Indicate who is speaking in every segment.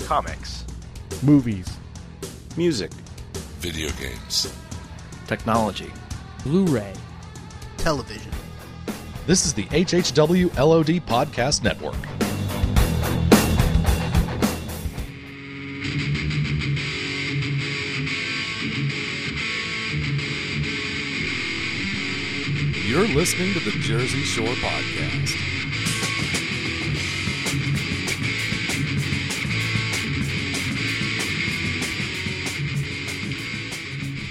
Speaker 1: comics,
Speaker 2: movies,
Speaker 1: music,
Speaker 3: video games.
Speaker 4: technology.
Speaker 5: Blu ray.
Speaker 6: television.
Speaker 7: This is the HHW LOD Podcast Network.
Speaker 3: You're listening to the Jersey Shore Podcast.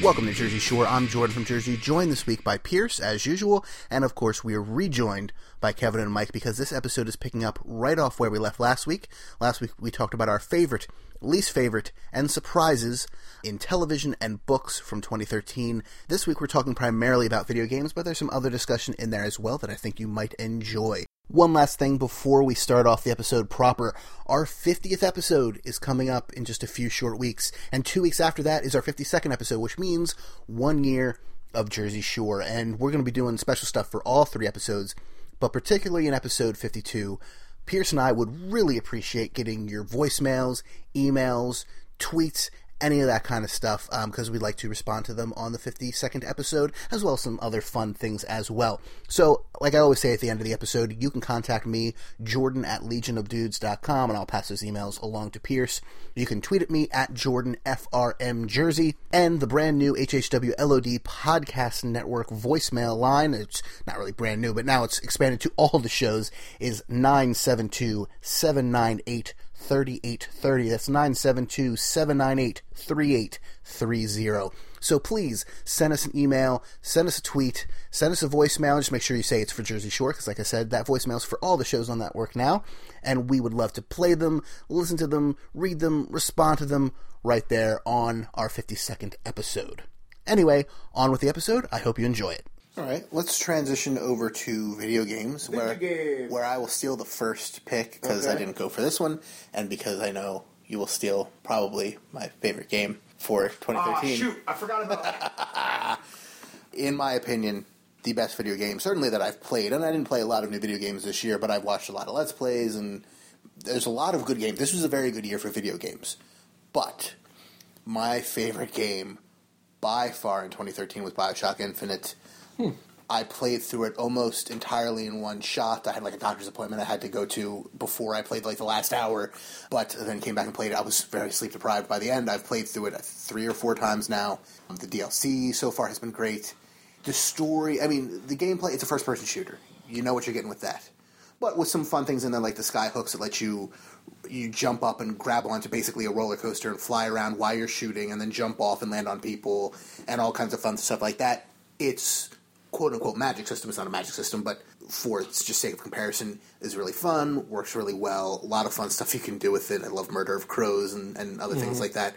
Speaker 6: Welcome to Jersey Shore. I'm Jordan from Jersey, joined this week by Pierce, as usual, and of course, we are rejoined by Kevin and Mike because this episode is picking up right off where we left last week. Last week, we talked about our favorite, least favorite, and surprises in television and books from 2013. This week, we're talking primarily about video games, but there's some other discussion in there as well that I think you might enjoy. One last thing before we start off the episode proper. Our 50th episode is coming up in just a few short weeks, and two weeks after that is our 52nd episode, which means one year of Jersey Shore. And we're going to be doing special stuff for all three episodes, but particularly in episode 52. Pierce and I would really appreciate getting your voicemails, emails, tweets, any of that kind of stuff, because we'd like to respond to them on the 52nd episode, as well as some other fun things as well. So, like I always say at the end of the episode, you can contact me, Jordan at legionofdudes.com, and I'll pass those emails along to Pierce. You can tweet at me at Jordan FRM Jersey, and the brand new HHW LOD Podcast Network voicemail line, it's not really brand new, but now it's expanded to all the shows, is 972 798 3830. That's 972 798 3830. So please send us an email, send us a tweet, send us a voicemail. Just make sure you say it's for Jersey Shore, because like I said, that voicemail's for all the shows on that work now. And we would love to play them, listen to them, read them, respond to them right there on our 52nd episode. Anyway, on with the episode. I hope you enjoy it. All right, let's transition over to video games, where where I will steal the first pick because I didn't go for this one, and because I know you will steal probably my favorite game for 2013.
Speaker 1: I forgot about that.
Speaker 6: In my opinion, the best video game certainly that I've played, and I didn't play a lot of new video games this year, but I've watched a lot of let's plays, and there's a lot of good games. This was a very good year for video games, but my favorite game by far in 2013 was Bioshock Infinite. I played through it almost entirely in one shot. I had like a doctor's appointment I had to go to before I played like the last hour, but then came back and played. it. I was very sleep deprived by the end. I've played through it three or four times now. Um, The DLC so far has been great. The story, I mean, the gameplay, it's a first person shooter. You know what you're getting with that. But with some fun things in there, like the sky hooks that let you you jump up and grab onto basically a roller coaster and fly around while you're shooting, and then jump off and land on people, and all kinds of fun stuff like that. It's quote unquote magic system. It's not a magic system, but for its just sake of comparison, is really fun. Works really well. A lot of fun stuff you can do with it. I love Murder of Crows and, and other things like that.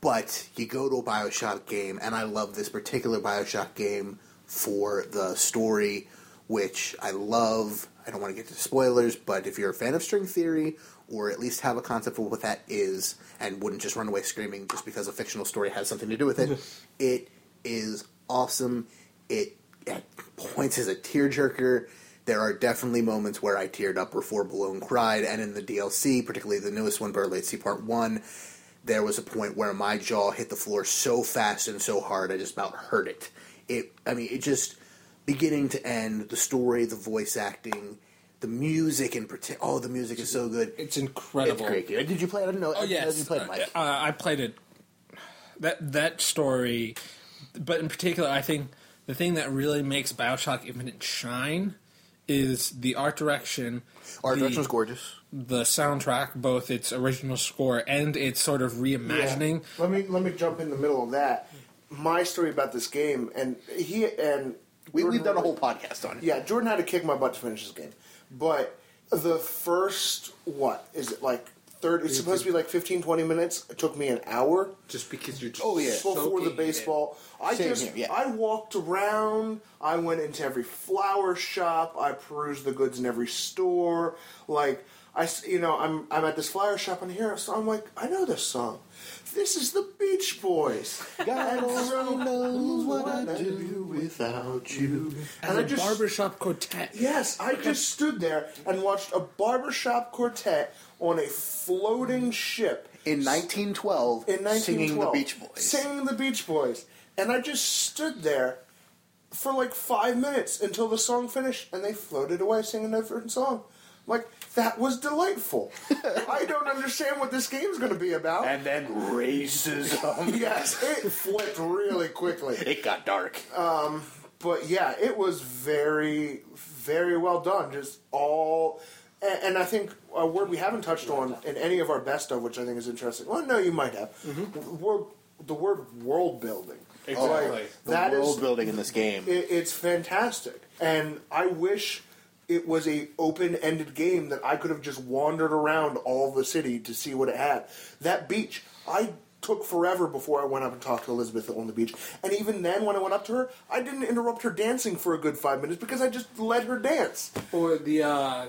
Speaker 6: But you go to a Bioshock game, and I love this particular Bioshock game for the story, which I love. I don't want to get to spoilers, but if you're a fan of string theory, or at least have a concept of what that is, and wouldn't just run away screaming just because a fictional story has something to do with it, it is awesome. It at points as a tearjerker. There are definitely moments where I teared up or four below and cried, and in the DLC, particularly the newest one, Bird Sea Part 1, there was a point where my jaw hit the floor so fast and so hard I just about hurt it. It I mean it just beginning to end, the story, the voice acting, the music in particular. Oh, the music is so good. It's
Speaker 5: It's incredible.
Speaker 6: great. dude. Did you play it? I didn't know.
Speaker 5: Oh
Speaker 6: Did
Speaker 5: yes,
Speaker 6: you play it,
Speaker 5: Uh,
Speaker 6: Mike?
Speaker 5: Uh, I played it. That that story, but in particular, I think the thing that really makes Bioshock Infinite shine is the art direction.
Speaker 6: Art
Speaker 5: the,
Speaker 6: direction was gorgeous.
Speaker 5: The soundtrack, both its original score and its sort of reimagining.
Speaker 8: Yeah. Let me let me jump in the middle of that. My story about this game, and he and
Speaker 6: We,
Speaker 8: Jordan
Speaker 6: we've done a whole
Speaker 8: really-
Speaker 6: podcast on it.
Speaker 8: Yeah, Jordan had to kick my butt to finish this game, but the first what is it like? Third, it's supposed to be like 15, 20 minutes. It took me an hour.
Speaker 5: Just because you're just
Speaker 8: Oh yeah, before the baseball. I
Speaker 6: Same
Speaker 8: just
Speaker 6: here, yeah.
Speaker 8: I walked around. I went into every flower shop. I perused the goods in every store. Like I, s- you know, I'm I'm at this flower shop and here, so I'm like, I know this song. This is the Beach Boys. God only knows what I do without you.
Speaker 5: As
Speaker 8: And I
Speaker 5: a
Speaker 8: just
Speaker 5: barbershop quartet.
Speaker 8: Yes, I just stood there and watched a barbershop quartet on a floating ship
Speaker 9: In 1912,
Speaker 8: in 1912.
Speaker 9: singing the Beach Boys.
Speaker 8: Singing the Beach Boys. And I just stood there for like five minutes until the song finished and they floated away singing a different song. I'm Like, that was delightful. I don't understand what this game's going to be about.
Speaker 6: And then racism.
Speaker 8: yes, it flipped really quickly.
Speaker 6: It got dark.
Speaker 8: but yeah, it was very, very well done. Just all, and, and I think a word we haven't touched on in any of our best of, which I think is interesting. Well, no, you might have. The
Speaker 6: Mm-hmm.
Speaker 8: word, the word world building.
Speaker 6: Exactly.
Speaker 8: the that is-
Speaker 6: world building in this game.
Speaker 8: it, it's fantastic, and I wish it was a open-ended game that I could have just wandered around all the city to see what it had. That beach, I took forever before I went up and talked to Elizabeth on the beach, and even then, when I went up to her, I didn't interrupt her dancing for a good five minutes because I just let her dance.
Speaker 5: Or the uh,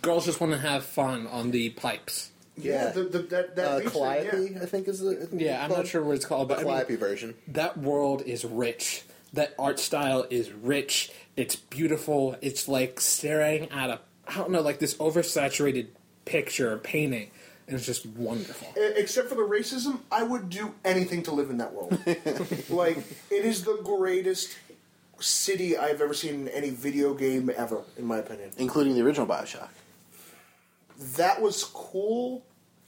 Speaker 5: girls just want to have fun on the pipes.
Speaker 8: Yeah, the, the, that that
Speaker 6: uh,
Speaker 8: beach thing,
Speaker 6: Calliope,
Speaker 8: yeah.
Speaker 6: I think is the
Speaker 5: Yeah, I'm not sure what it's called, but I mean,
Speaker 6: Calliope version.
Speaker 5: that world is rich. That art style is rich. It's beautiful. It's like staring at a I don't know, like this oversaturated picture or painting, and it's just wonderful.
Speaker 8: E- Except for the racism, I would do anything to live in that world. like it is the greatest city I've ever seen in any video game ever, in my opinion.
Speaker 6: Including the original Bioshock.
Speaker 8: That was cool,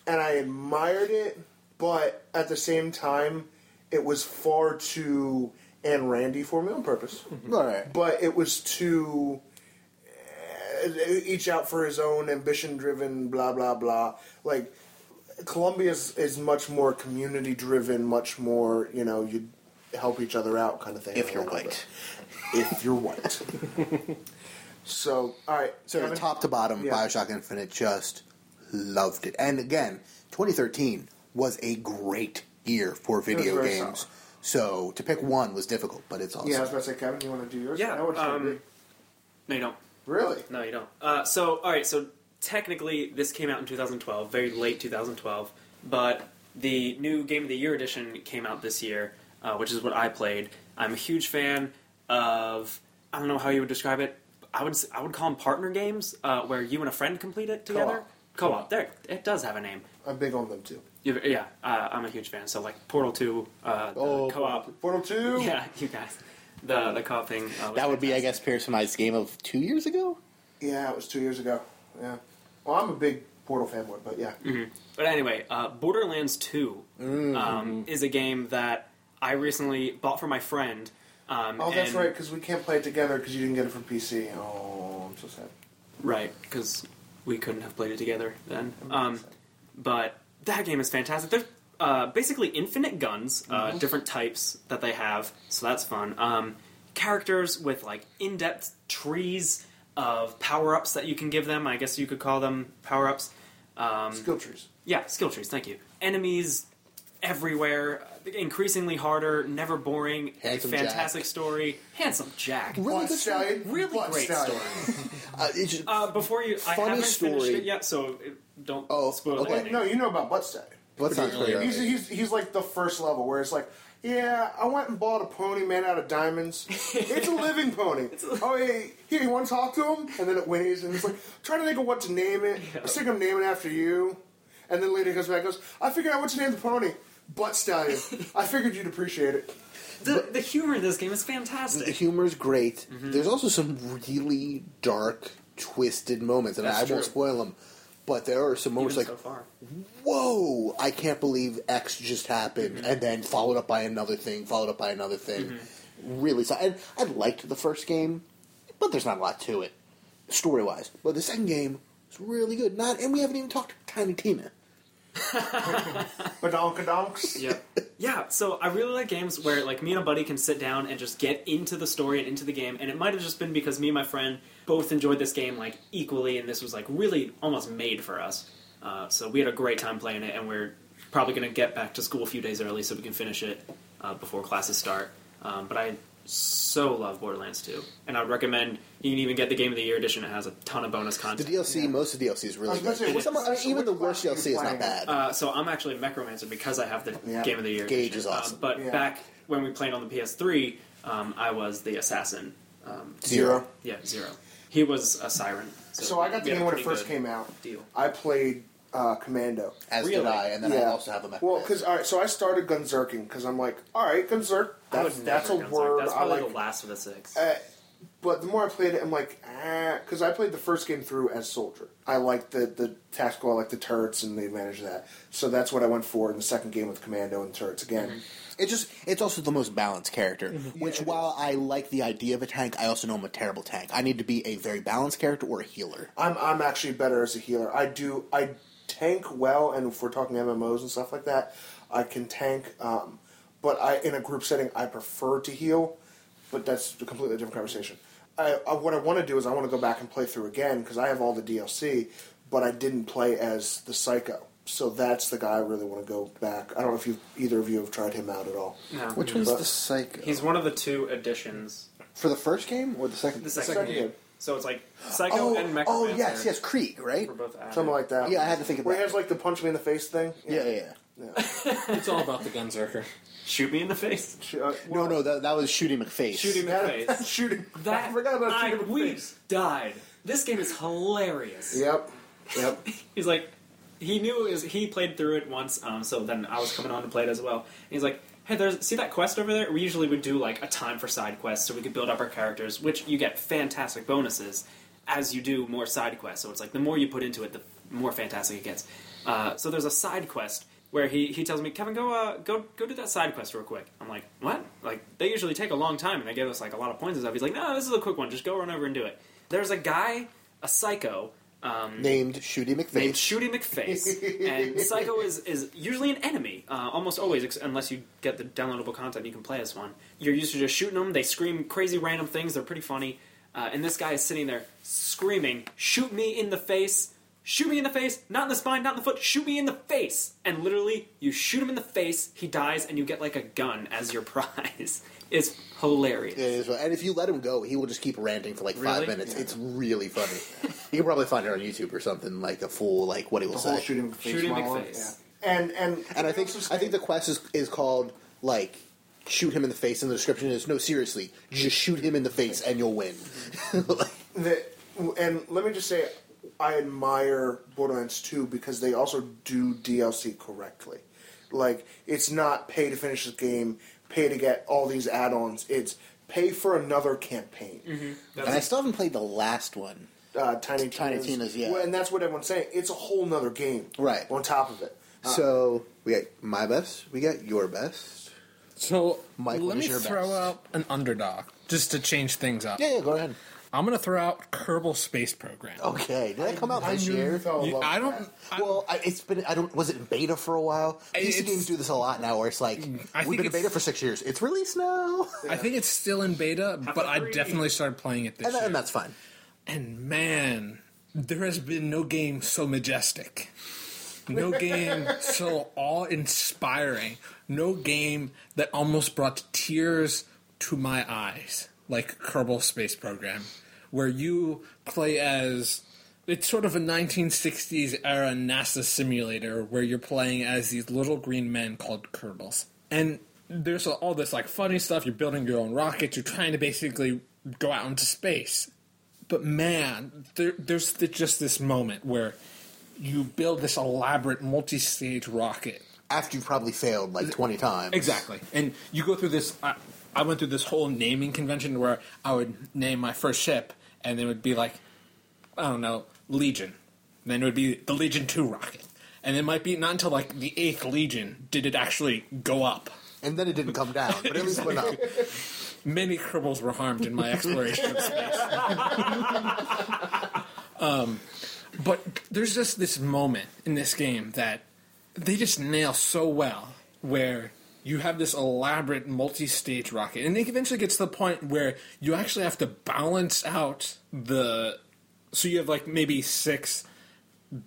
Speaker 8: and I admired it, but at the same time, it was far too and Randy for me on purpose.
Speaker 6: Right.
Speaker 8: But it was too uh, each out for his own ambition-driven blah blah blah. Like Columbia is, is much more community-driven, much more you know you help each other out kind of thing.
Speaker 6: If you're
Speaker 8: A little
Speaker 6: white.
Speaker 8: bit. if you're white. so all right,
Speaker 9: So
Speaker 8: Kevin?
Speaker 9: top to bottom,
Speaker 8: Yeah.
Speaker 9: Bioshock Infinite just loved it. And again, 2013 was a great year for video
Speaker 8: very
Speaker 9: games.
Speaker 8: solid.
Speaker 9: So to pick one was difficult, but it's awesome.
Speaker 8: Yeah, I was about to say, Kevin, you want to do yours?
Speaker 10: Yeah,
Speaker 8: I know what it's gonna
Speaker 10: um,
Speaker 8: be.
Speaker 10: No, you don't.
Speaker 8: really?
Speaker 10: No, you don't. Uh, so, all right. So technically, this came out in 2012, very late 2012. But the new Game of the Year edition came out this year, uh, which is what I played. I'm a huge fan of. I don't know how you would describe it. I would s- I would call them partner games, uh, where you and a friend complete it together. Co-op. There, it does have a name.
Speaker 8: I'm big on them too.
Speaker 10: You- Yeah, uh, I'm a huge fan. So like Portal 2, uh, the
Speaker 6: Oh,
Speaker 10: co-op.
Speaker 8: Portal Two.
Speaker 10: Yeah, you guys. The the co-op thing. Uh, was
Speaker 6: That would be, I
Speaker 10: fantastic.
Speaker 6: guess, Pearson and I's game of two years ago?
Speaker 8: Yeah, it was two years ago. Yeah. Well, I'm a big Portal fanboy, but yeah.
Speaker 10: But anyway, uh, Borderlands 2
Speaker 8: Mm.
Speaker 10: um, is a game that I recently bought for my friend. Um,
Speaker 8: Oh, that's
Speaker 10: and-
Speaker 8: right, because we can't play it together because you didn't get it from PC. Oh, I'm so sad.
Speaker 10: Right, because we couldn't have played it together then.
Speaker 8: Mm-hmm.
Speaker 10: Um, but that game is fantastic. There's uh, basically infinite guns, uh,
Speaker 8: Mm-hmm.
Speaker 10: different types that they have, so that's fun. Um, characters with like in-depth trees of power-ups that you can give them. I guess you could call them power-ups.
Speaker 8: Skill trees.
Speaker 10: Yeah, skill trees. Thank you. Enemies everywhere, uh, increasingly harder, never boring.
Speaker 6: Handsome
Speaker 10: fantastic
Speaker 6: Jack.
Speaker 10: story. Handsome Jack.
Speaker 8: Blood Stallion.
Speaker 10: Really
Speaker 8: Blood
Speaker 10: great
Speaker 8: Stallion.
Speaker 6: Uh, it's just,
Speaker 10: Uh, before you, I
Speaker 6: Funny
Speaker 10: haven't
Speaker 6: story.
Speaker 10: finished it yet, so uh, don't
Speaker 6: Oh,
Speaker 10: spoil
Speaker 6: okay.
Speaker 10: it.
Speaker 8: Wait, no, you know about Blood Stallion.
Speaker 6: let's not clear.
Speaker 8: He's, he's, he's like the first level where it's like, yeah, I went and bought a pony man out of diamonds. It's a living pony. oh, hey, here, you want to talk to him? And then it whinnies and it's like, trying to think of what to name it. I was thinking of naming it after you. And then later he goes back and goes, I figured out what to name the pony. Butt Stallion. I figured you'd appreciate it.
Speaker 10: The, the humor in this game is
Speaker 6: The
Speaker 10: fantastic.
Speaker 6: humor is great.
Speaker 10: Mm-hmm.
Speaker 6: There's also some really dark, twisted moments, and
Speaker 10: That's
Speaker 6: I
Speaker 10: true.
Speaker 6: won't spoil them. But there are some moments
Speaker 10: Even
Speaker 6: like,
Speaker 10: so Mm-hmm. far.
Speaker 6: "Whoa, I can't believe X just happened," and then followed up by another thing, followed up by another thing.
Speaker 10: Mm-hmm.
Speaker 6: Really, so and I liked the first game, but there's not a lot to it story wise. But the second game was really good. Not, and we haven't even talked Tiny Tina.
Speaker 8: Badonkadonks.
Speaker 10: Yep. yeah, so I really like games where like me and a buddy can sit down and just get into the story and into the game, and it might have just been because me and my friend both enjoyed this game like equally, and this was like really almost made for us. Uh, so we had a great time playing it, and we're probably going to get back to school a few days early so we can finish it uh, before classes start. Um, but I so love Borderlands 2, and I would recommend you can even get the Game of the Year edition. It has a ton of bonus
Speaker 6: The
Speaker 10: content.
Speaker 6: DLC, most of the DLC is
Speaker 8: I
Speaker 6: really
Speaker 8: was gonna
Speaker 6: good.
Speaker 8: say, what-
Speaker 6: Some- I mean,
Speaker 8: so
Speaker 6: even
Speaker 8: which
Speaker 6: the worst
Speaker 8: class are
Speaker 6: DLC
Speaker 8: you
Speaker 6: is not
Speaker 8: playing?
Speaker 6: bad.
Speaker 10: Uh, so I'm actually a Mechromancer because I have the
Speaker 8: Yeah.
Speaker 10: Game of the Year.
Speaker 6: Gauge
Speaker 10: edition.
Speaker 6: is
Speaker 10: Uh,
Speaker 6: awesome.
Speaker 10: but
Speaker 8: Yeah.
Speaker 10: back when we played on the PS3, um, I was the assassin. Um,
Speaker 6: Zero.
Speaker 10: yeah, zero. He was a siren.
Speaker 8: So I got the
Speaker 10: we had
Speaker 8: game
Speaker 10: a
Speaker 8: when it
Speaker 10: pretty
Speaker 8: first
Speaker 10: good
Speaker 8: came out.
Speaker 10: Deal.
Speaker 8: I played uh, Commando.
Speaker 6: as
Speaker 10: really?
Speaker 6: did I, and then I also have a Mech
Speaker 8: Well,
Speaker 6: Commando.
Speaker 8: because all right, so I started Gunzerking because I'm like, all right, Gunzerk.
Speaker 10: I would
Speaker 8: That's, that's a
Speaker 10: never go-
Speaker 8: word
Speaker 10: That's
Speaker 8: I
Speaker 10: probably
Speaker 8: like. Uh,
Speaker 10: the last of the six.
Speaker 8: But the more I played it, I'm like, ah, because I played the first game through as soldier. I like the the tactical, I like the turrets and the advantage of that. So that's what I went for in the second game with commando and turrets again.
Speaker 10: Mm-hmm.
Speaker 6: It just it's also the most balanced character. Which while I like the idea of a tank, I also know I'm a terrible tank. I need to be a very balanced character or a healer.
Speaker 8: I'm I'm actually better as a healer. I do I tank well, and if we're talking MMOs and stuff like that, I can tank. Um, but I in a group setting, I prefer to heal. But that's a completely different conversation. I, I, what I want to do is I want to go back and play through again because I have all the DLC, but I didn't play as the Psycho. So that's the guy I really want to go back. I don't know if you either of you have tried him out at all.
Speaker 10: no.
Speaker 6: Which one's the psycho?
Speaker 10: He's one of the two editions.
Speaker 6: For the first game or the second?
Speaker 10: The second,
Speaker 8: second
Speaker 10: game.
Speaker 8: game.
Speaker 10: So it's like Psycho
Speaker 6: Oh,
Speaker 10: and Mechromancer.
Speaker 6: oh yes, yes, Krieg, right?
Speaker 10: Were both added.
Speaker 8: Something like that.
Speaker 6: Yeah, I had to think
Speaker 8: Where he
Speaker 6: about
Speaker 8: has like the punch me in the face thing.
Speaker 6: Yeah, yeah. yeah.
Speaker 5: It's all about the Gunzerker.
Speaker 10: Shoot me in the face.
Speaker 8: Uh,
Speaker 6: No, no, that, that was shooting McFace.
Speaker 10: Shoot him in the face.
Speaker 8: shooting.
Speaker 10: That
Speaker 8: I forgot about
Speaker 10: I-
Speaker 8: shooting. in the
Speaker 10: we
Speaker 8: face.
Speaker 10: died. This game is hilarious.
Speaker 8: Yep. Yep.
Speaker 10: He's like, he knew it was, he played through it once, um, so then I was coming on to play it as well. And he's like, hey, there's see that quest over there? We usually would do like a time for side quests, so we could build up our characters, which you get fantastic bonuses as you do more side quests. So it's like the more you put into it, the more fantastic it gets. Uh, so there's a side quest where he, he tells me, Kevin, go uh, go go do that side quest real quick. I'm like, what? Like they usually take a long time, and they give us like a lot of points and stuff. He's like, no, this is a quick one. Just go run over and do it. There's a guy, a psycho,
Speaker 6: named Shooty McFace.
Speaker 10: named Shooty McFace, and Psycho is, is usually an enemy, uh, almost always, ex- unless you get the downloadable content. You can play as one. You're used to just shooting them. They scream crazy random things. They're pretty funny. Uh, and this guy is sitting there screaming, "Shoot me in the face! Shoot me in the face! Not in the spine, not in the foot. Shoot me in the face!" And literally, you shoot him in the face. He dies, and you get like a gun as your prize. it's hilarious.
Speaker 6: It is, and if you let him go, he will just keep ranting for like
Speaker 10: Really?
Speaker 6: five minutes. It's really funny. you can probably find it on YouTube or something, like a full like what he will
Speaker 8: the
Speaker 6: say.
Speaker 8: whole shooting face
Speaker 10: Shooting
Speaker 8: monologue.
Speaker 10: McFace.
Speaker 8: Yeah. And and
Speaker 6: And I think
Speaker 8: also
Speaker 6: I think the
Speaker 8: saying-
Speaker 6: quest is, is called like shoot him in the face. And the description is no, seriously, just shoot him in the face and you'll win.
Speaker 8: that and let me just say I admire Borderlands 2 because they also do DLC correctly. Like it's not pay to finish the game, pay to get all these add-ons. It's pay for another campaign.
Speaker 10: Mm-hmm.
Speaker 6: and I still haven't played the last one.
Speaker 8: Uh, Tiny
Speaker 6: Tiny
Speaker 8: Tina's,
Speaker 6: Tina's, yeah.
Speaker 8: Well, and that's what everyone's saying. It's a whole nother game,
Speaker 6: Right.
Speaker 8: On top of it,
Speaker 6: so we got my best, we got your best.
Speaker 5: So
Speaker 6: Mike, what
Speaker 5: let
Speaker 6: is
Speaker 5: me
Speaker 6: your
Speaker 5: throw
Speaker 6: best?
Speaker 5: out an underdog just to change things up.
Speaker 6: Yeah, Oh, yeah, go ahead.
Speaker 5: I'm gonna throw out Kerbal Space Program.
Speaker 6: Okay, did that come out this year?
Speaker 8: fell in
Speaker 5: You-
Speaker 8: love
Speaker 5: I
Speaker 8: with
Speaker 5: don't.
Speaker 8: that.
Speaker 5: I,
Speaker 6: Well, I, it's been. I don't. Was it in beta for a while? PC
Speaker 5: It's- Mm,
Speaker 6: games do this a lot now, where it's like
Speaker 5: I
Speaker 6: we've
Speaker 5: think
Speaker 6: been in beta
Speaker 5: it's-
Speaker 6: for six years. It's released now,
Speaker 5: I think it's still in beta, but I
Speaker 10: three.
Speaker 5: definitely started playing it this
Speaker 6: and,
Speaker 5: year.
Speaker 6: and that's fine.
Speaker 5: And man, there has been no game so majestic, no game so awe inspiring, no game that almost brought tears to my eyes, like Kerbal Space Program, where you play as. It's sort of a 1960s era NASA simulator where you're playing as these little green men called Kerbals. And there's all this like funny stuff. You're building your own rockets. You're trying to basically go out into space but man, there, there's th- just this moment where you build this elaborate multi-stage rocket.
Speaker 6: After you've probably failed like twenty times,
Speaker 5: Exactly, and you go through this. I, I went through this whole naming convention where I would name my first ship, and it would be like, I don't know, Legion. Then it would be the Legion Two rocket, and it might be not until like the eighth Legion did it actually go up.
Speaker 6: and then it didn't come down, but at least it went up.
Speaker 5: many Kerbals were harmed in my exploration of space. um, but there's just this moment in this game that they just nail so well where you have this elaborate multi-stage rocket and it eventually gets to the point where you actually have to balance out the so you have like maybe six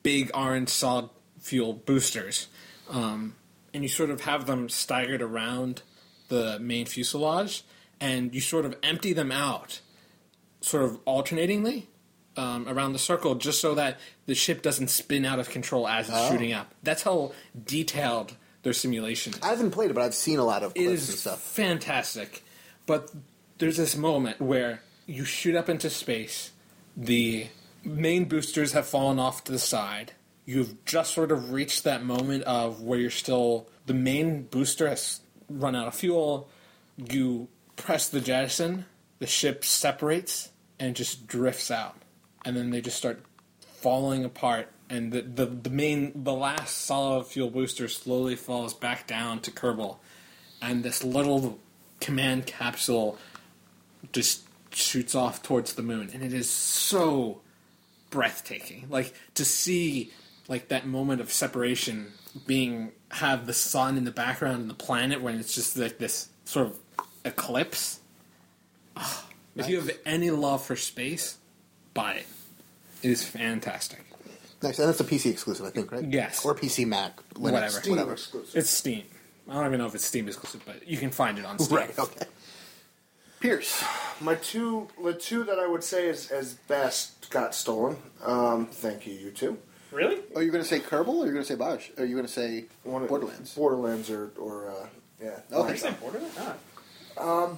Speaker 5: big orange solid fuel boosters, um, and you sort of have them staggered around the main fuselage, and you sort of empty them out, sort of alternatingly um, around the circle, just so that the ship doesn't spin out of control as it's shooting up. That's how detailed their simulation is.
Speaker 6: I haven't played it, but I've seen a lot of
Speaker 5: It
Speaker 6: clips
Speaker 5: is
Speaker 6: and stuff.
Speaker 5: fantastic. But there's this moment where you shoot up into space, the main boosters have fallen off to the side. You've just sort of reached that moment of where you're still the main booster has run out of fuel. You press the jettison, the ship separates and just drifts out. And then they just start falling apart and the, the, the main the last solid fuel booster slowly falls back down to Kerbal and this little command capsule just shoots off towards the moon and it is so breathtaking like to see like that moment of separation being have the sun in the background and the planet when it's just like this sort of eclipse Ah, if you have any love for space buy it it is fantastic
Speaker 6: Nice, and that's a PC exclusive, I think, right?
Speaker 5: Yes.
Speaker 6: or PC Mac, Linux,
Speaker 5: Whatever.
Speaker 6: whatever.
Speaker 5: it's steam i don't even know if it's steam exclusive but you can find it on steam
Speaker 6: Right. Okay.
Speaker 8: Pierce, my two, the two that I would say is as best got stolen. Um, thank you, you two.
Speaker 10: Really?
Speaker 9: Are you going to Oh, say Kerbal or are you going to say Bosch? Or are you going to say
Speaker 8: One-
Speaker 9: Borderlands?
Speaker 8: Borderlands, or or uh, yeah.
Speaker 9: Okay.
Speaker 10: Is that Borderlands? Ah.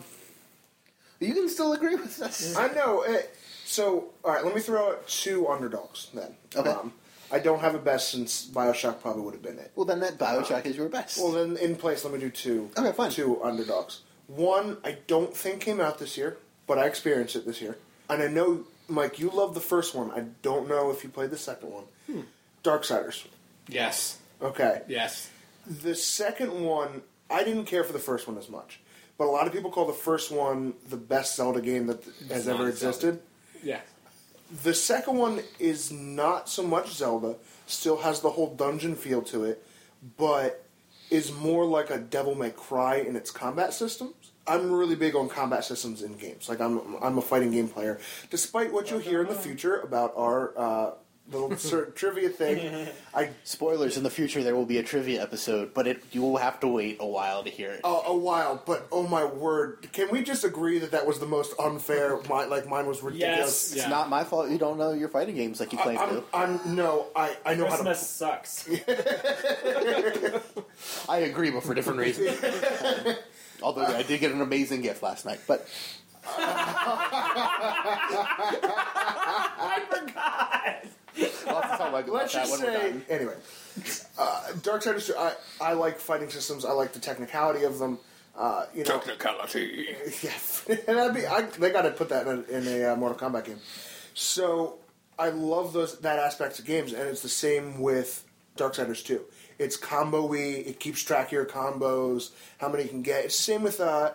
Speaker 9: You can still agree with us.
Speaker 8: I know. It, so, all right, let me throw out two underdogs then. Um,
Speaker 9: Okay.
Speaker 8: I don't have a best since Bioshock probably would have been it.
Speaker 9: Well, then that Bioshock is your best.
Speaker 8: Well, then in place, let me do two.
Speaker 9: Okay, fine.
Speaker 8: Two underdogs. One I don't think came out this year, but I experienced it this year, and I know Mike, you loved the first one. I don't know if you played the second one.
Speaker 9: Hmm.
Speaker 8: Darksiders.
Speaker 5: yes
Speaker 8: Okay.
Speaker 5: yes
Speaker 8: The second one, I didn't care for the first one as much, but a lot of people call the first one the best Zelda game that has
Speaker 5: not Zelda.
Speaker 8: ever existed.
Speaker 5: yeah
Speaker 8: The second one is not so much Zelda, still has the whole dungeon feel to it, but is more like a Devil May Cry in its combat systems. I'm really big on combat systems in games. Like I'm, I'm a fighting game player. Despite what you'll hear in the future about our uh, little cer- trivia thing, I
Speaker 6: Spoilers: In the future, there will be a trivia episode, but it you will have to wait a while to hear it.
Speaker 8: a, a while, but oh my word! Can we just agree that that was the most unfair? My, like mine was ridiculous.
Speaker 10: Yes.
Speaker 9: it's
Speaker 10: Yeah.
Speaker 9: not my fault you don't know your fighting games like you claim
Speaker 8: I'm,
Speaker 9: to.
Speaker 8: I'm no, I, I know how to
Speaker 10: Christmas sucks.
Speaker 6: I agree, but for different reasons. Although I did get an amazing gift last night, but
Speaker 10: I forgot.
Speaker 6: I'll have to tell Mike about
Speaker 8: Let's
Speaker 6: that
Speaker 8: just
Speaker 6: when we're
Speaker 8: say,
Speaker 6: done.
Speaker 8: anyway, uh, Darksiders. 2, I I like fighting systems. I like the technicality of them. Uh, you know,
Speaker 5: technicality
Speaker 8: yeah, and that'd be I, they got to put that in a, in a uh, Mortal Kombat game. So I love those that aspect of games, and it's the same with Darksiders 2. It's combo y. It keeps track of your combos, how many you can get. It's the same with uh,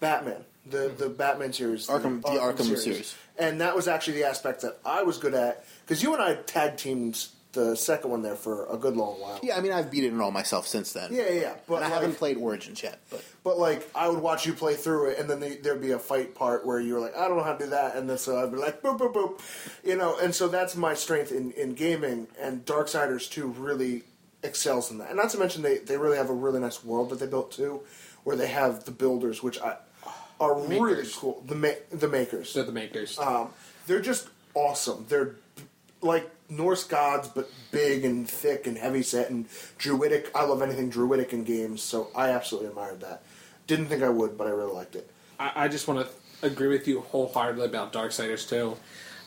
Speaker 8: Batman, the the Batman series,
Speaker 6: Arkham- the Arkham series.
Speaker 8: and that was actually the aspect that I was good at because you and I tag teamed the second one there for a good long while.
Speaker 6: Yeah, I mean, I've beaten it all myself since then.
Speaker 8: yeah, yeah. yeah. But
Speaker 6: and I
Speaker 8: like-
Speaker 6: haven't played Origins yet. But
Speaker 8: but like, I would watch you play through it, and then they, there'd be a fight part where you were like, I don't know how to do that, and then so I'd be like, boop, boop, boop, you know. And so that's my strength in, in gaming, and Darksiders two really excels in that. And not to mention they they really have a really nice world that they built too, where they have the builders, which I are really cool. The ma- the makers,
Speaker 5: they're the makers
Speaker 8: they're just awesome. They're like Norse gods, but big and thick and heavy set and druidic. I love anything druidic in games, so I absolutely admired that. Didn't think I would, but I really liked it.
Speaker 5: I, I just want to agree with you wholeheartedly about Darksiders 2.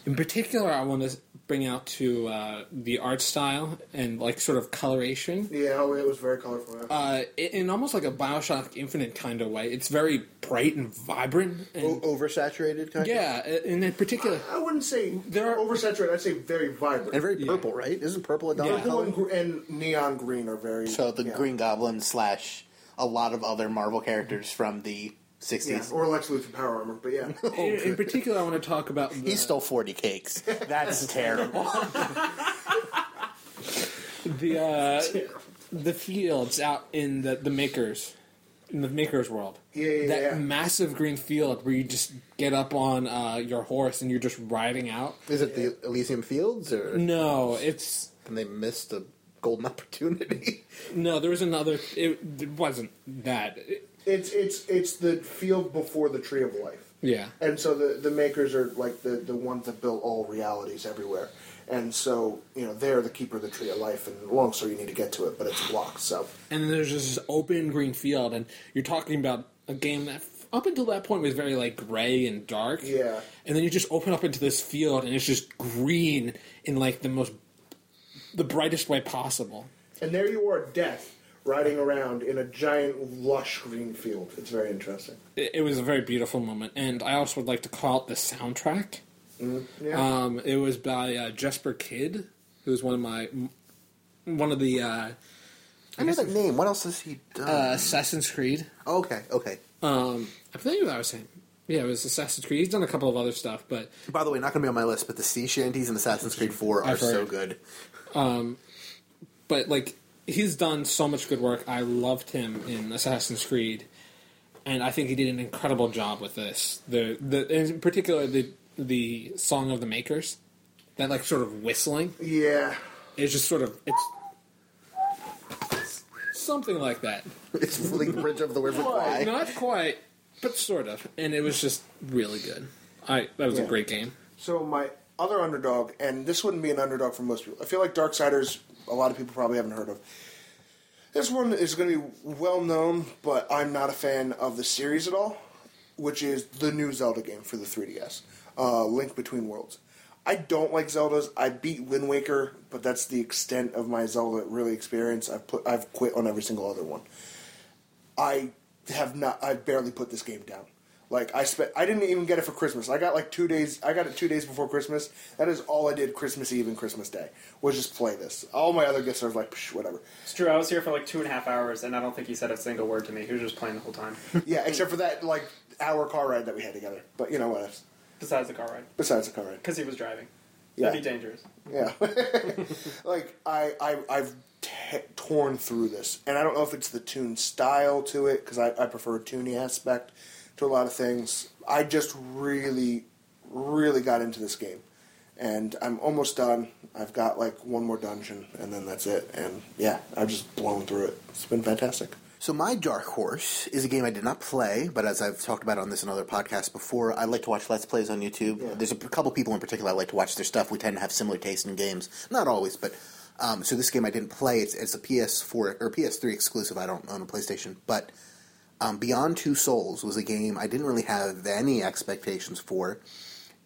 Speaker 5: In particular, I want to bring out to uh, the art style and like sort of coloration.
Speaker 8: Yeah, oh, it was very colorful.
Speaker 5: Uh, in, in almost like a Bioshock Infinite kind of way. It's very bright and vibrant. And,
Speaker 8: Oh.
Speaker 9: O- oversaturated kind of?
Speaker 5: yeah, and in particular,
Speaker 8: I wouldn't say
Speaker 5: Uh, There are-
Speaker 8: oversaturated. I'd say very vibrant.
Speaker 9: And very purple, right? Isn't purple a dominant
Speaker 5: Yeah.
Speaker 8: Blue
Speaker 9: color?
Speaker 8: and, gr- and neon green are very
Speaker 6: so the
Speaker 8: yeah.
Speaker 6: Green Goblin slash a lot of other Marvel characters from the
Speaker 8: yeah,
Speaker 6: sixties.
Speaker 8: or Lex Luthor power armor, but yeah.
Speaker 6: Oh,
Speaker 5: in, in particular, I want to talk about. The,
Speaker 6: He stole forty cakes. That's terrible.
Speaker 5: the uh, the fields out in the the makers in the makers world.
Speaker 8: Yeah, yeah,
Speaker 5: that
Speaker 8: yeah.
Speaker 5: massive green field where you just get up on uh, your horse and you're just riding out.
Speaker 9: Is it the Elysium Fields or
Speaker 5: No, it's
Speaker 9: and they missed a golden opportunity?
Speaker 5: no. There was another. It, it wasn't that. It,
Speaker 8: It It's it's it's the field before the tree of life.
Speaker 5: Yeah.
Speaker 8: And so the, the makers are like the, the ones that built all realities everywhere. And so, you know, they're the keeper of the tree of life and long story you need to get to it, but it's blocked, so
Speaker 5: and then there's just this open green field, and you're talking about a game that f- up until that point was very like gray and dark.
Speaker 8: Yeah.
Speaker 5: And then you just open up into this field, and it's just green in like the most the brightest way possible.
Speaker 8: And there you are, death, riding around in a giant lush green field. It's very interesting.
Speaker 5: It, it was a very beautiful moment, and I also would like to call out the soundtrack.
Speaker 8: Mm, Yeah.
Speaker 5: Um, it was by uh, Jesper Kidd, who was one of my one of the uh,
Speaker 6: I know that name. What else has he done?
Speaker 5: uh, Assassin's Creed.
Speaker 6: okay, okay.
Speaker 5: I think that was him. Yeah, it was Assassin's Creed. He's done a couple of other stuff, but
Speaker 6: By the way, not going to be on my list, but the sea shanties in Assassin's Creed 4 are
Speaker 5: I've heard.
Speaker 6: so good.
Speaker 5: but like he's done so much good work. I loved him in Assassin's Creed, and I think he did an incredible job with this. The the in particular the the song of the makers, that like sort of whistling.
Speaker 8: yeah.
Speaker 5: It's just sort of it's something like that.
Speaker 6: It's like Bridge of the River Kwai.
Speaker 5: Not quite, but sort of. And it was just really good. I that was a
Speaker 8: Yeah.
Speaker 5: great game.
Speaker 8: So my other underdog, and this wouldn't be an underdog for most people. I feel like Darksiders, a lot of people probably haven't heard of. This one is going to be well known, but I'm not a fan of the series at all, which is the new Zelda game for the 3DS, uh, Link Between Worlds. I don't like Zeldas. I beat Wind Waker, but that's the extent of my Zelda really experience. I've put I've quit on every single other one. I have not. I barely put this game down. Like I spent. I didn't even get it for Christmas. I got like two days. I got it two days before Christmas. That is all I did Christmas Eve and Christmas Day was just play this. All my other gifts are like psh, whatever.
Speaker 10: It's true. I was here for like two and a half hours, and I don't think he said a single word to me. He was just playing the whole time.
Speaker 8: Yeah, except for that like hour car ride that we had together. But you know what? else?
Speaker 10: Besides the car ride,
Speaker 8: Besides the car ride,
Speaker 10: because he was driving.
Speaker 8: yeah,
Speaker 10: That'd be dangerous.
Speaker 8: yeah. like I, I, I've t- torn through this, and I don't know if it's the tune style to it because I, I prefer a tuney aspect to a lot of things. I just really, really got into this game, and I'm almost done. I've got like one more dungeon, and then that's it. And yeah, I've just blown through it. It's been fantastic.
Speaker 6: So my dark horse is a game I did not play, but as I've talked about on this and other podcasts before, I like to watch Let's Plays on YouTube. There's a p- couple people in particular I like to watch their stuff. We tend to have similar taste in games, not always, but um, so this game I didn't play. It's, it's a PS4 or PS3 exclusive. I don't own a PlayStation, but um, Beyond Two Souls was a game I didn't really have any expectations for,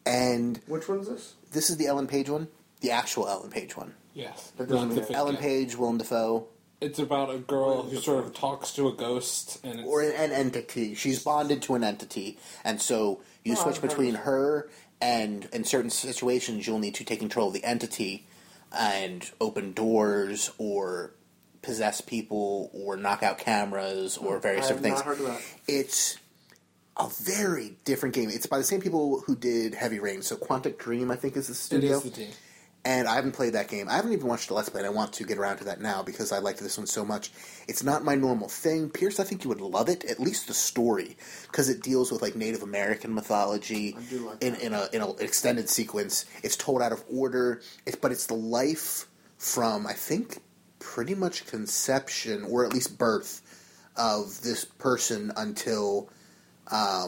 Speaker 6: and
Speaker 8: Which one's this?
Speaker 6: this is the Ellen Page one, the actual Ellen Page one.
Speaker 5: Yes.
Speaker 8: doesn't mean-
Speaker 6: Ellen Page, Willem Dafoe,
Speaker 5: It's about a girl who sort of talks to a ghost and it's,
Speaker 6: or an, an entity. She's bonded to an entity, and so you
Speaker 8: Oh,
Speaker 6: switch
Speaker 8: I've heard
Speaker 6: between
Speaker 8: of that.
Speaker 6: her and in certain situations you'll need to take control of the entity and open doors or possess people or knock out cameras or various
Speaker 8: Oh, I have
Speaker 6: different
Speaker 8: not
Speaker 6: things.
Speaker 8: heard of that.
Speaker 6: It's a very different game. It's by the same people who did Heavy Rain, so Quantic Dream I think is the
Speaker 5: it
Speaker 6: studio
Speaker 5: is the team.
Speaker 6: and I haven't played that game. I haven't even watched the Let's Play, and I want to get around to that now because I liked this one so much. It's not my normal thing. Pierce, I think you would love it, at least the story, because it deals with like Native American mythology
Speaker 8: do like
Speaker 6: in, in a in an extended sequence. It's told out of order, it's, but it's the life from I think pretty much conception or at least birth of this person until I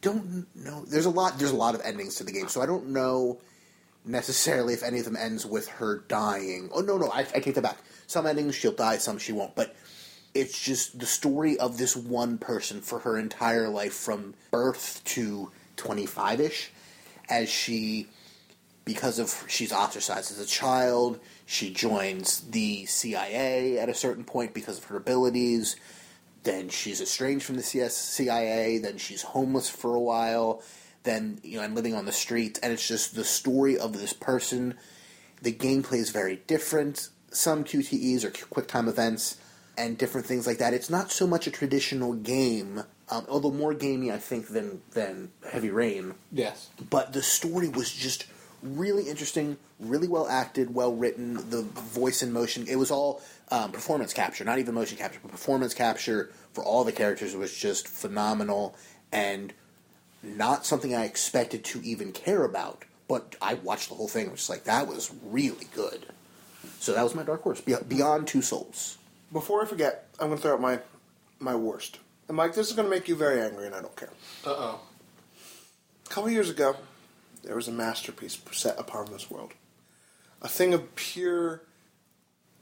Speaker 6: don't know. There's a lot. There's a lot of endings to the game, so I don't know necessarily if any of them ends with her dying. Oh no, no, I, I take that back. Some endings she'll die, some she won't. But it's just the story of this one person for her entire life, from birth to 25 ish, as she because of she's ostracized as a child. She joins the CIA at a certain point because of her abilities. Then she's estranged from the CS, CIA. Then she's homeless for a while. Then you know, and living on the streets. And it's just the story of this person. The gameplay is very different. Some QTEs or quick time events and different things like that. It's not so much a traditional game, um, although more gamey, I think, than than Heavy Rain
Speaker 5: Yes.
Speaker 6: but the story was just really interesting, really well acted, well written. The voice and motion, it was all um, performance capture, not even motion capture, but performance capture for all the characters was just phenomenal and not something I expected to even care about. But I watched the whole thing, and was just like, that was really good. So that was my dark horse, Be- Beyond Two Souls.
Speaker 8: Before I forget, I'm going to throw out my my worst. And Mike, this is going to make you very angry, and I don't care.
Speaker 5: Uh oh.
Speaker 8: A couple years ago, there was a masterpiece set upon this world. A thing of pure,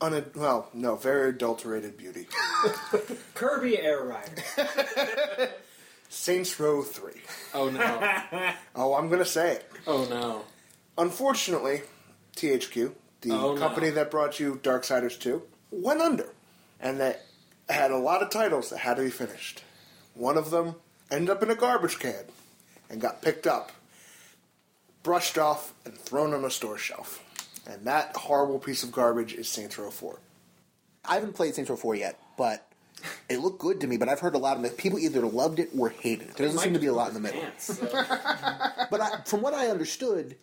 Speaker 8: un- well, no, very adulterated beauty.
Speaker 11: Kirby Air Rider.
Speaker 8: Saints Row 3.
Speaker 5: Oh no.
Speaker 8: Oh, I'm going to say it.
Speaker 5: Oh no.
Speaker 8: Unfortunately, THQ, the
Speaker 5: Oh, no.
Speaker 8: company that brought you Darksiders 2, went under. And that had a lot of titles that had to be finished. One of them ended up in a garbage can and got picked up, brushed off, and thrown on a store shelf. And that horrible piece of garbage is Saints Row 4.
Speaker 6: I haven't played Saints Row 4 yet, but it looked good to me. But I've heard a lot of it. People either loved it or hated it. There doesn't seem to be a lot in the middle.
Speaker 10: Pants, so-
Speaker 6: But I, from what I understood,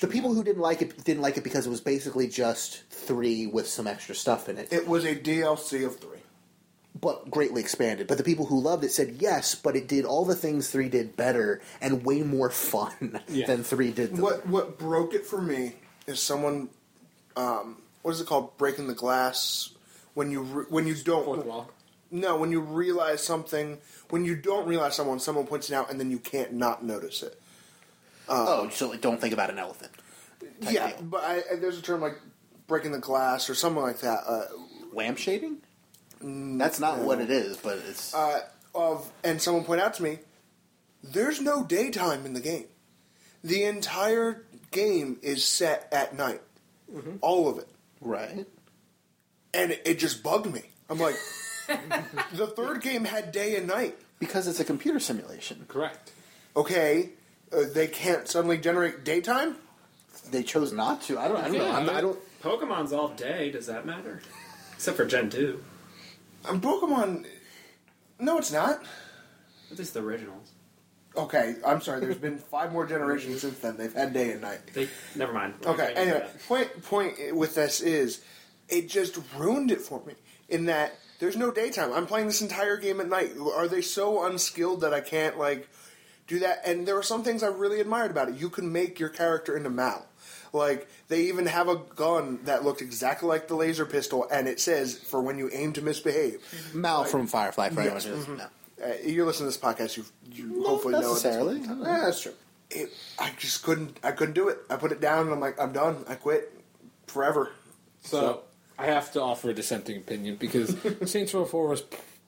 Speaker 6: the people who didn't like it didn't like it because it was basically just three with some extra stuff in it,
Speaker 8: It was a DLC of 3.
Speaker 6: but greatly expanded. But the people who loved it said yes, but it did all the things three did better and way more fun
Speaker 5: Yeah.
Speaker 6: than three did. them.
Speaker 8: What what broke it for me is someone, um, what is it called? Breaking the glass when you re- when you don't
Speaker 5: Fourth wall.
Speaker 8: No, when you realize something, when you don't realize someone, someone points it out, and then you can't not notice it.
Speaker 6: oh, so like, don't think about an elephant.
Speaker 8: yeah,
Speaker 6: deal.
Speaker 8: but I, I- there's a term like breaking the glass or something like that uh,
Speaker 6: Lamp shading. That's not what it is, but it's
Speaker 8: of, and someone pointed out to me, there's no daytime in the game. The entire game is set at night,
Speaker 5: Mm-hmm.
Speaker 8: all of it,
Speaker 6: right.
Speaker 8: and it, it just bugged me. I'm like, the third game had day and night.
Speaker 6: Because it's a computer simulation.
Speaker 5: Correct.
Speaker 8: Okay, uh, they can't suddenly generate daytime.
Speaker 6: They chose not to. I don't. I don't know.
Speaker 10: Yeah,
Speaker 6: I'm, I don't.
Speaker 10: Pokemon's all day. Does that matter? Except for Gen two,
Speaker 8: And Uh, Pokemon, no, it's not.
Speaker 10: at least the originals.
Speaker 8: Okay, I'm sorry. There's been five more generations since then. They've had day and night.
Speaker 10: They never mind. We're
Speaker 8: Okay.
Speaker 10: not gonna get
Speaker 8: Anyway, point point with this is, it just ruined it for me. In that there's no daytime. I'm playing this entire game at night. Are they so unskilled that I can't like do that? And there were some things I really admired about it. You can make your character into Mal. Like they even have a gun that looked exactly like the laser pistol, and it says for when you aim to misbehave.
Speaker 6: Mal from Firefly. For anyone
Speaker 8: Yes,
Speaker 6: who doesn't know.
Speaker 8: Uh, you're listening to this podcast. You you
Speaker 6: Not
Speaker 8: hopefully know it.
Speaker 6: necessarily.
Speaker 8: Yeah, that's true. It, I just couldn't. I couldn't do it. I put it down, and I'm like, I'm done. I quit forever.
Speaker 5: So, I have to offer a dissenting opinion because Saints Row Four was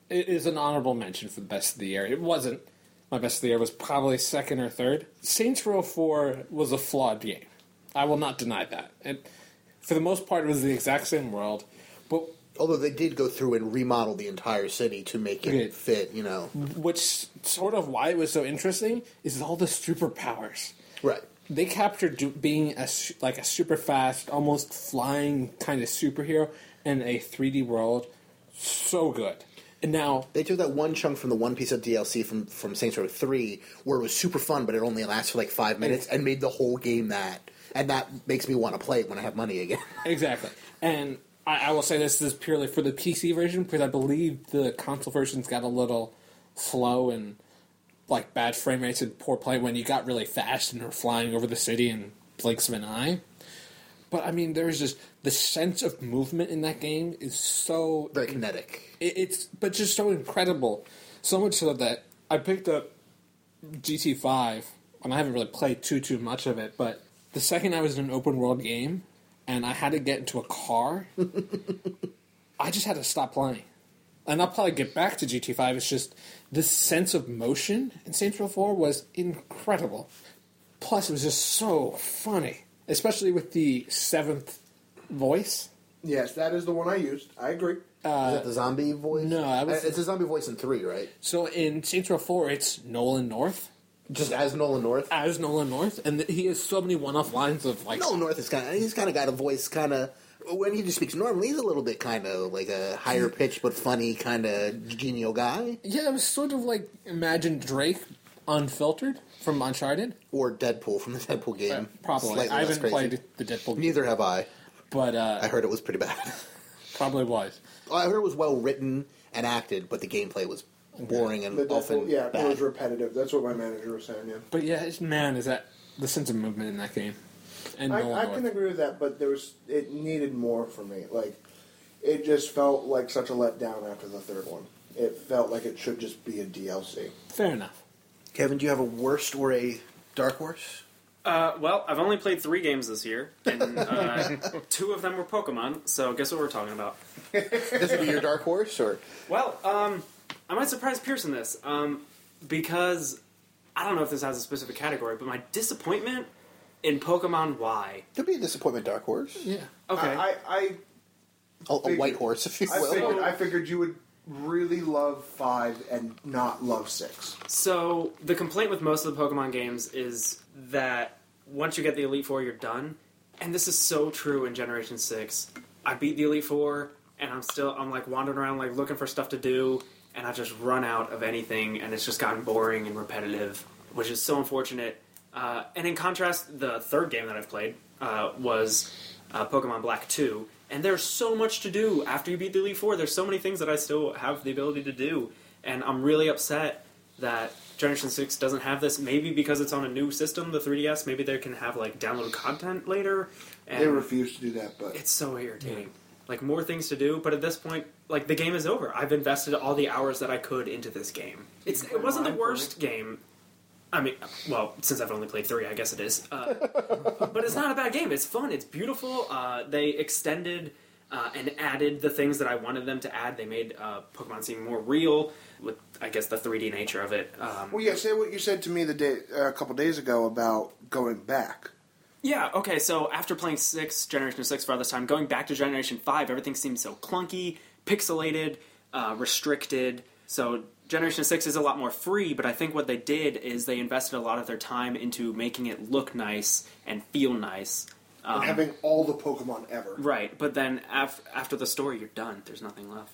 Speaker 5: it is an honorable mention for the best of the year. It wasn't my best of the year was probably second or third. Saints Row Four was a flawed game. I will not deny that. And for the most part, it was the exact same world, but
Speaker 6: Although they did go through and remodel the entire city to make it
Speaker 5: Okay.
Speaker 6: fit, you know.
Speaker 5: which sort of why it was so interesting is all the superpowers.
Speaker 6: Right.
Speaker 5: They captured du- being a su- like a super fast, almost flying kind of superhero in a 3D world so good. And now
Speaker 6: They took that one chunk from the one piece of DLC from, from Saints Row 3 where it was super fun, but it only lasts for like five minutes and made the whole game that. And that makes me want to play it when I have money again.
Speaker 5: Exactly. And I, I will say this is purely for the PC version because I believe the console version's got a little slow and like bad frame rates and poor play when you got really fast and were flying over the city in blinks of an eye. But I mean, there's just the sense of movement in that game is so
Speaker 6: Very kinetic.
Speaker 5: it, it's but just so incredible. So much so that I picked up GT Five, and I haven't really played too too much of it. But the second I was in an open world game, and I had to get into a car, I just had to stop playing. And I'll probably get back to GT Five. It's just this sense of motion in Saints Row Four was incredible. Plus, it was just so funny, especially with the seventh voice.
Speaker 8: Yes, that is the one I used. I agree.
Speaker 6: Is that the zombie voice?
Speaker 5: Uh,
Speaker 6: Uh,
Speaker 5: no, I was-
Speaker 6: It's a zombie voice in 3, right?
Speaker 5: So in Saints Row Four, it's Nolan North.
Speaker 6: Just as Nolan North?
Speaker 5: as Nolan North, and th- he has so many one-off lines of like,
Speaker 6: Nolan North is kind of, he's kind of got a voice kind of, when he just speaks normally, he's a little bit kind of like a higher pitched but funny kind of genial guy.
Speaker 5: yeah, it was sort of like imagine Drake unfiltered from Uncharted.
Speaker 6: Or Deadpool from the Deadpool game.
Speaker 5: Probably,
Speaker 6: Slightly
Speaker 5: I
Speaker 6: less
Speaker 5: haven't
Speaker 6: crazy.
Speaker 5: played the Deadpool, game,
Speaker 6: Neither have I.
Speaker 5: but uh,
Speaker 6: I heard it was pretty bad.
Speaker 5: probably was.
Speaker 6: I heard it was well written and acted, but the gameplay was boring and
Speaker 8: The Deadpool-
Speaker 6: often
Speaker 8: yeah,
Speaker 6: bad.
Speaker 8: it was repetitive. That's what my manager was saying. Yeah,
Speaker 5: But yeah, it's, man, is that the sense of movement in that game? And Nolan
Speaker 8: I, I
Speaker 5: North.
Speaker 8: can agree with that, but there was it needed more for me. Like, it just felt like such a letdown after the third one. it felt like it should just be a DLC.
Speaker 5: Fair enough.
Speaker 9: Kevin, do you have a worst or a dark horse?
Speaker 10: Uh, well, I've only played three games this year, and uh, two of them were Pokemon. So guess what we're talking about?
Speaker 9: This would be your dark horse, or
Speaker 10: Well, um, I might surprise Pierce in this um, because I don't know if this has a specific category, but my disappointment in Pokemon Y.
Speaker 9: could be a disappointment dark horse. Yeah,
Speaker 10: Okay,
Speaker 8: I, I,
Speaker 9: a, a white horse, if you
Speaker 8: I, I,
Speaker 9: will.
Speaker 8: figured, I figured you would really love five and not love six.
Speaker 10: so the complaint with most of the Pokemon games is that once you get the Elite Four, you're done, and this is so true in Generation Six. I beat the Elite Four, and I'm still I'm like wandering around like looking for stuff to do, and I just run out of anything, and it's just gotten boring and repetitive, which is so unfortunate. Uh, and in contrast, the third game that I've played uh, was uh, Pokemon Black 2. And there's so much to do after you beat the Elite Four. There's so many things that I still have the ability to do. And I'm really upset that Generation 6 doesn't have this. Maybe because it's on a new system, the 3DS, maybe they can have like download content later. And
Speaker 8: They refused to do that, but
Speaker 10: it's so irritating. Like more things to do, but at this point, like the game is over. I've invested all the hours that I could into this game. It's it wasn't the worst game. I mean, well, since I've only played three, I guess it is. Uh, but it's not a bad game. It's fun. It's beautiful. Uh, they extended uh, and added the things that I wanted them to add. They made uh, Pokemon seem more real with, I guess, the 3D nature of it. Um,
Speaker 8: Well, yeah. Say what you said to me the day uh, a couple days ago about going back.
Speaker 10: Yeah, okay, so after playing 6, Generation 6 for all this time, going back to Generation 5, everything seems so clunky, pixelated, uh, restricted. So Generation 6 is a lot more free, but I think what they did is they invested a lot of their time into making it look nice and feel nice. Um,
Speaker 8: and having all the Pokemon ever.
Speaker 10: Right, but then af- after the story, you're done. There's nothing left.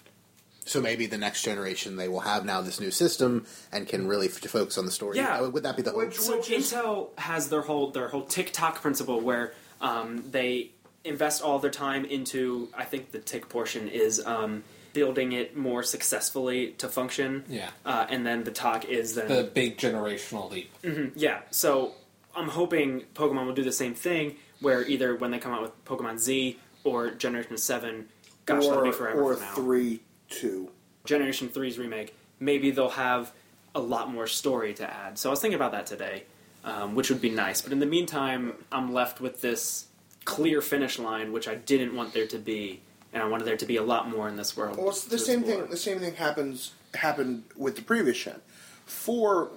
Speaker 9: So maybe the next generation they will have now this new system and can really f- focus on the story.
Speaker 10: Yeah.
Speaker 9: Uh, would that be the hope?
Speaker 8: Which-
Speaker 10: So Intel has their whole their whole TikTok principle where um, they invest all their time into. I think the tick portion is um, building it more successfully to function.
Speaker 5: Yeah.
Speaker 10: uh, and then the talk is then
Speaker 5: The big generational leap.
Speaker 10: yeah. So I'm hoping Pokemon will do the same thing where either when they come out with Pokemon Z or Generation Seven, gosh, that'll
Speaker 8: or
Speaker 10: be forever
Speaker 8: or
Speaker 10: from now.
Speaker 8: three two.
Speaker 10: Generation 3's remake, maybe they'll have a lot more story to add. So I was thinking about that today, um, which would be nice. But in the meantime, I'm left with this clear finish line, which I didn't want there to be, and I wanted there to be a lot more in this world.
Speaker 8: Well, it's
Speaker 10: to
Speaker 8: the same
Speaker 10: explore.
Speaker 8: thing. The same thing happens happened with the previous gen. Four,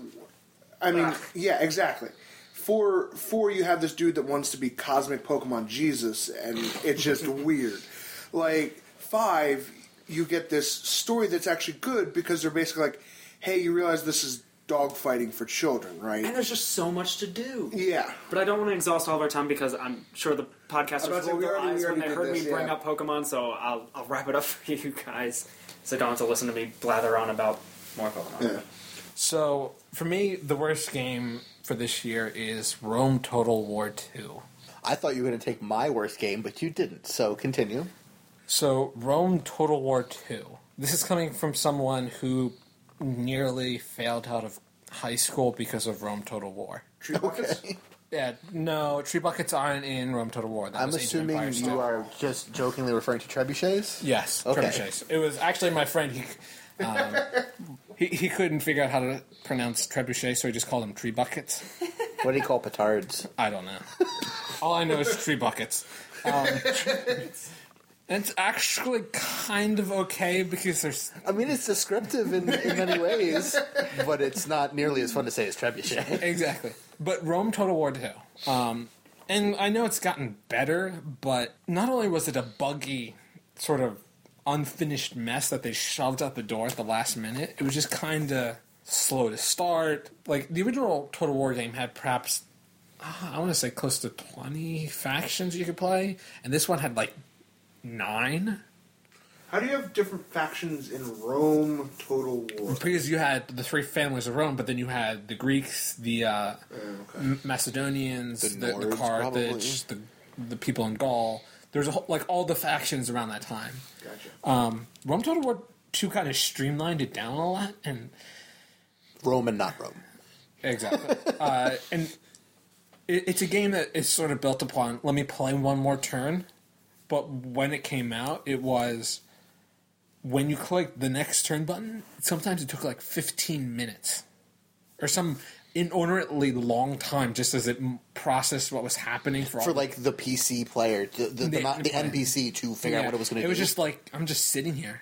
Speaker 8: I mean, yeah, exactly. Four, four. You have this dude that wants to be cosmic Pokemon Jesus, and it's just weird. Like five, you get this story that's actually good because they're basically like, hey, you realize this is dogfighting for children, right?
Speaker 10: And there's just so much to do.
Speaker 8: yeah.
Speaker 10: But I don't want to exhaust all of our time because I'm sure the podcasters
Speaker 8: I was about to say,
Speaker 10: rolled
Speaker 8: we
Speaker 10: their
Speaker 8: already- we
Speaker 10: eyes when
Speaker 8: already
Speaker 10: they
Speaker 8: did
Speaker 10: heard
Speaker 8: this,
Speaker 10: me bring
Speaker 8: yeah.
Speaker 10: up Pokemon, so I'll, I'll wrap it up for you guys so don't have to listen to me blather on about more Pokemon.
Speaker 8: Yeah.
Speaker 5: So for me, the worst game for this year is Rome Total War Two.
Speaker 9: I thought you were going to take my worst game, but you didn't. So continue.
Speaker 5: So, Rome Total War 2. This is coming from someone who nearly failed out of high school because of Rome Total War.
Speaker 8: Tree buckets?
Speaker 5: Yeah, no, tree buckets aren't in Rome Total War. That
Speaker 9: I'm
Speaker 5: was Age of
Speaker 9: assuming
Speaker 5: Empires
Speaker 9: you
Speaker 5: II.
Speaker 9: are just jokingly referring to trebuchets.
Speaker 5: Yes,
Speaker 9: Okay.
Speaker 5: trebuchets. It was actually my friend. He, um, he he couldn't figure out how to pronounce trebuchet, so he just called them tree buckets.
Speaker 9: What do you call petards?
Speaker 5: I don't know. All I know is tree buckets. Um, and it's actually kind of okay because there's
Speaker 9: I mean, it's descriptive in, in many ways, but it's not nearly as fun to say as trebuchet.
Speaker 5: exactly. But Rome Total War 2. Um, and I know it's gotten better, but not only was it a buggy, sort of unfinished mess that they shoved out the door at the last minute, it was just kind of slow to start. Like, the original Total War game had perhaps, ah, I want to say, close to 20 factions you could play, and this one had like nine.
Speaker 8: How do you have different factions in Rome Total War?
Speaker 5: because you had the three families of Rome, but then you had the Greeks, the uh, M- Macedonians,
Speaker 9: The
Speaker 5: the, the,
Speaker 9: Nords,
Speaker 5: Carthage, the, the people in Gaul. There's a whole, like all the factions around that time. Um,
Speaker 8: Gotcha.
Speaker 5: Rome Total War Two kind of streamlined it down a lot, and
Speaker 9: Rome and not Rome.
Speaker 5: exactly, uh, and it, it's a game that is sort of built upon. Let me play one more turn, but when it came out, it was when you click the next turn button, sometimes it took like 15 minutes or some inordinately long time just as it m- processed what was happening for,
Speaker 6: for
Speaker 5: all
Speaker 6: like the PC player, the the, the,
Speaker 5: Yeah,
Speaker 6: not, the
Speaker 5: yeah.
Speaker 6: NPC to figure out
Speaker 5: Yeah.
Speaker 6: what it was going to do.
Speaker 5: It was just like I'm just sitting here.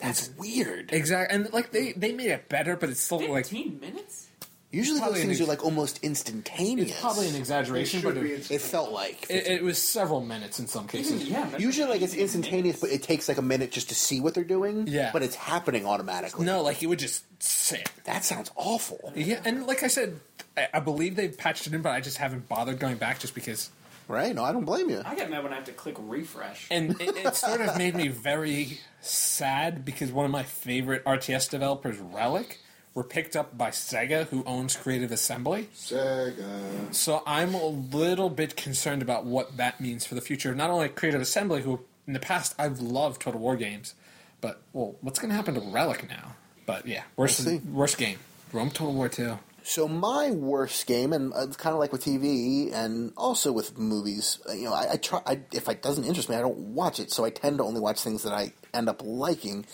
Speaker 6: that's weird.
Speaker 5: Exactly, and like they they made it better, but it's still like
Speaker 10: Fifteen minutes.
Speaker 6: Usually those
Speaker 5: probably an
Speaker 6: things are
Speaker 5: ex-
Speaker 6: like almost instantaneous.
Speaker 5: it's probably an exaggeration, but
Speaker 8: be
Speaker 5: it,
Speaker 8: ins-
Speaker 6: it felt like.
Speaker 5: it, it was several minutes in some cases.
Speaker 6: Mm-hmm.
Speaker 10: Yeah. that's
Speaker 6: Usually, like it's
Speaker 10: 15
Speaker 6: instantaneous,
Speaker 10: minutes.
Speaker 6: but it takes like a minute just to see what they're doing.
Speaker 5: Yeah.
Speaker 6: but it's happening automatically.
Speaker 5: No, like it would just sit.
Speaker 6: that sounds awful.
Speaker 5: Yeah, and like I said, I, I believe they've patched it in, but I just haven't bothered going back just because.
Speaker 6: Right? No, I don't blame you.
Speaker 10: I get mad when I have to click refresh.
Speaker 5: And it, it sort of made me very sad because one of my favorite RTS developers, Relic, were picked up by Sega, who owns Creative Assembly.
Speaker 8: Sega.
Speaker 5: So I'm a little bit concerned about what that means for the future. Not only Creative Assembly, who in the past I've loved Total War games, but well, what's going to happen to Relic now? But yeah, worst
Speaker 6: We'll see.
Speaker 5: worst game. Rome Total War Two.
Speaker 6: So my worst game, and uh, it's kind of like with TV, and also with movies. uh, You know, I, I try. I, if it doesn't interest me, I don't watch it. So I tend to only watch things that I end up liking,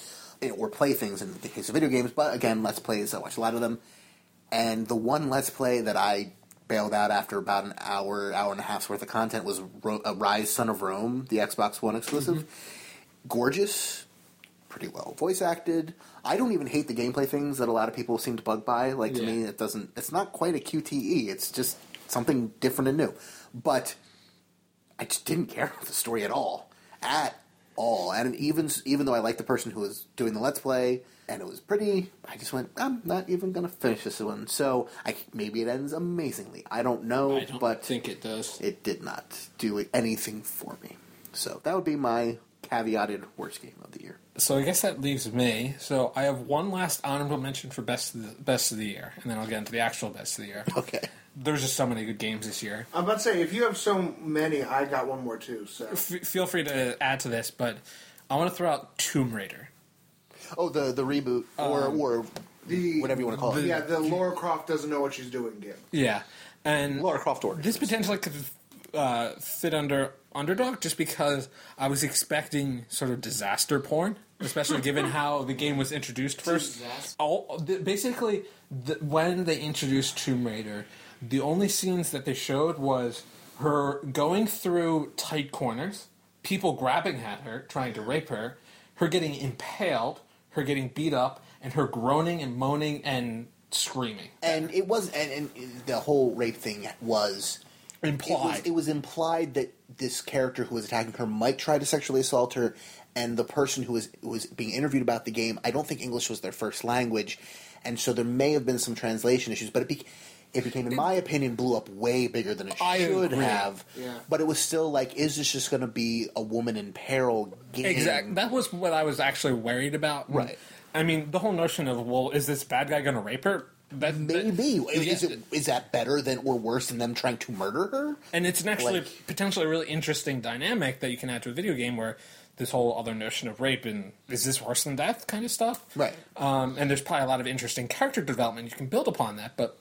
Speaker 6: you know, or play things in the case of video games. But again, let's plays. I watch a lot of them, and the one let's play that I bailed out after about an hour, hour and a half's worth of content was Ro- uh, Rise: Son of Rome, the Xbox One exclusive. Gorgeous, pretty well voice acted. I don't even hate the gameplay things that a lot of people seem to bug by. Like to
Speaker 5: Yeah.
Speaker 6: me, it doesn't. It's not quite a QTE. It's just something different and new. But I just didn't care about the story at all, at all. And even even though I liked the person who was doing the let's play and it was pretty, I just went. I'm not even gonna finish this one. So I, maybe it ends amazingly. I don't know,
Speaker 5: I don't
Speaker 6: Oh, but
Speaker 5: think it does.
Speaker 6: it did not do anything for me. So that would be my caveated worst game of the year.
Speaker 5: So I guess that leaves me. So I have one last honorable mention for best of the, best of the year, and then I'll get into the actual best of the year.
Speaker 6: Okay.
Speaker 5: There's just so many good games this year.
Speaker 8: I'm about to say, if you have so many, I got one more too. So
Speaker 5: F- feel free to add to this, but I want to throw out Tomb Raider.
Speaker 6: Oh, the the reboot or or
Speaker 8: the
Speaker 6: whatever you want to call it.
Speaker 8: yeah, the Laura Croft doesn't know what she's doing game.
Speaker 5: Yeah, and
Speaker 6: Laura Croft order.
Speaker 5: This potentially could uh, fit under underdog just because I was expecting sort of disaster porn, especially given how the game was introduced first.
Speaker 10: Disaster.
Speaker 5: All, the, basically, the, when they introduced Tomb Raider, the only scenes that they showed was her going through tight corners, people grabbing at her, trying to rape her, her getting impaled, her getting beat up, and her groaning and moaning and screaming.
Speaker 6: and it was and, and the whole rape thing was it
Speaker 5: Implied.
Speaker 6: was, it was implied that this character who was attacking her might try to sexually assault her, and the person who was who was being interviewed about the game. I don't think English was their first language, and so there may have been some translation issues. But it, be, it became, in my opinion, blew up way bigger than it
Speaker 5: I
Speaker 6: should
Speaker 5: agree.
Speaker 6: have.
Speaker 8: Yeah.
Speaker 6: But it was still like, is this just going to be a woman in peril game?
Speaker 5: Exactly. That was what I was actually worried about. And,
Speaker 6: Right.
Speaker 5: I mean, the whole notion of well, is this bad guy going to rape her? That that-
Speaker 6: Maybe is
Speaker 5: Yeah.
Speaker 6: it is that better than or worse than them trying to murder her?
Speaker 5: and it's an actually
Speaker 6: like-
Speaker 5: potentially really interesting dynamic that you can add to a video game where this whole other notion of rape and is this worse than death kind of stuff.
Speaker 6: Right.
Speaker 5: Um, and there's probably a lot of interesting character development you can build upon that. But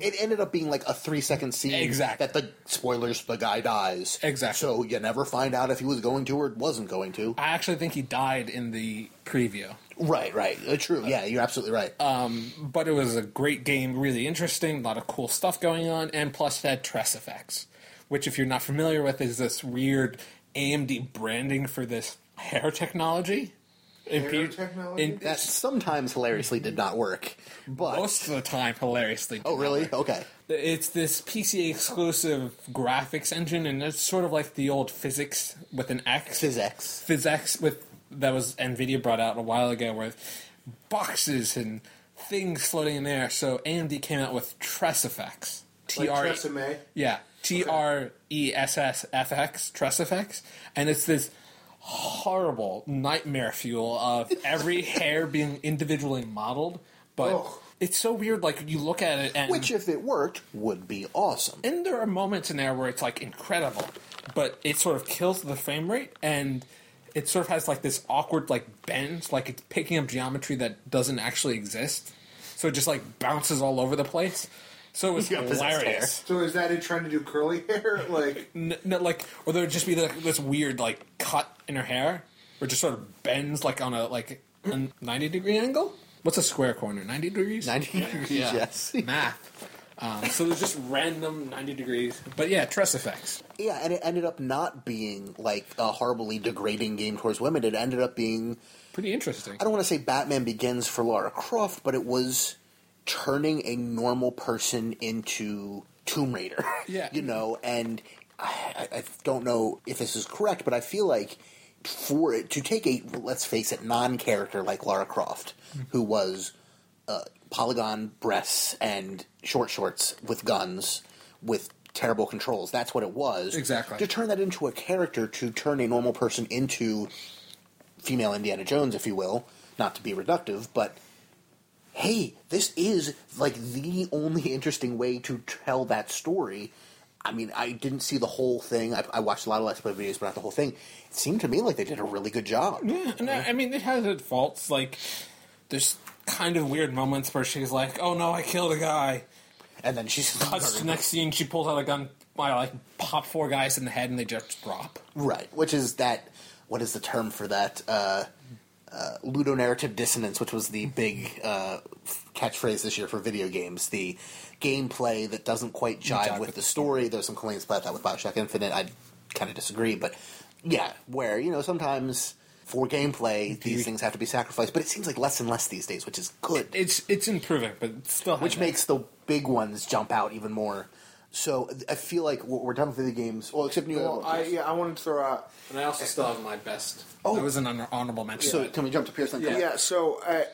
Speaker 6: It ended up being like a three second scene.
Speaker 5: Exactly.
Speaker 6: That the spoilers, the guy dies.
Speaker 5: Exactly.
Speaker 6: So you never find out if he was going to or wasn't going to.
Speaker 5: I actually think he died in the preview.
Speaker 6: right, right. Uh, true. Uh, yeah, you're absolutely right.
Speaker 5: But it was a great game, really interesting, a lot of cool stuff going on, and plus it had Tress Effects, which, if you're not familiar with, is this weird AMD branding for this hair technology. Hair
Speaker 8: technology?
Speaker 6: that sometimes hilariously did not work. But
Speaker 5: most of the time, hilariously.
Speaker 6: Oh really? Okay.
Speaker 5: It's this PC exclusive graphics engine, and it's sort of like the old physics with an X.
Speaker 6: Physics.
Speaker 5: PhysX with that was Nvidia brought out a while ago with boxes and things floating in the air. So AMD came out with Tress Effects.
Speaker 8: Like
Speaker 5: TR
Speaker 8: Tresemme?
Speaker 5: Yeah, T R E S S F X Tress Effects, and it's this horrible nightmare fuel of every hair being individually modeled, but.
Speaker 8: Ugh.
Speaker 5: It's so weird, like you look at it and
Speaker 6: Which if it worked would be awesome.
Speaker 5: and there are moments in there where it's like incredible, but it sort of kills the frame rate and it sort of has like this awkward like bend, like it's picking up geometry that doesn't actually exist. So it just like bounces all over the place. So it was
Speaker 6: Yeah, possessed
Speaker 5: hilarious.
Speaker 8: So is that it trying to do curly hair? Like
Speaker 5: N- no, like, or there would just be like, this weird like cut in her hair. or just sort of bends like on a like a ninety degree angle. What's a square corner? Ninety degrees.
Speaker 9: 90 degrees, yes.
Speaker 5: Math. Um, so there's just random ninety degrees. But yeah, trust effects.
Speaker 6: Yeah, and it ended up not being like a horribly degrading game towards women. It ended up being
Speaker 5: Pretty interesting.
Speaker 6: I don't want to say Batman Begins for Lara Croft, but it was turning a normal person into Tomb Raider.
Speaker 5: Yeah.
Speaker 6: you know, and I, I I don't know if this is correct, but I feel like for it to take a let's face it non-character like Lara Croft, who was uh, polygon breasts and short shorts with guns with terrible controls. That's what it was.
Speaker 5: Exactly.
Speaker 6: To turn that into a character, to turn a normal person into female Indiana Jones, if you will, not to be reductive, but hey, this is like the only interesting way to tell that story. I mean, I didn't see the whole thing. I, I watched a lot of Let's Play videos, but not the whole thing. It seemed to me like they did a really good job.
Speaker 5: No, I mean, it has its faults. Like, there's kind of weird moments where she's like, "Oh no, I killed a guy."
Speaker 6: And then she's
Speaker 5: Cuts to the next scene, she pulls out a gun. I like pop four guys in the head, and they just drop.
Speaker 6: Right, which is that. What is the term for that? Uh, uh, ludonarrative dissonance, which was the big uh, f- catchphrase this year for video games. The gameplay that doesn't quite jive
Speaker 5: Jive
Speaker 6: with
Speaker 5: with
Speaker 6: the story. There's some complaints about that with Bioshock Infinite. I kind of disagree, but yeah, where you know sometimes for gameplay these things have to be sacrificed, but it seems like less and less these days, which is good
Speaker 5: It's it's improving, but it's still,
Speaker 6: which makes the big ones jump out even more. So I feel like we're we're done with video games. Well, except New
Speaker 8: Well,
Speaker 6: York.
Speaker 8: I, yeah, I wanted to throw out.
Speaker 5: And I also still have my best. Oh, that was an honor- honorable mention.
Speaker 6: so can we jump to Pierce? and
Speaker 8: Yeah, so uh,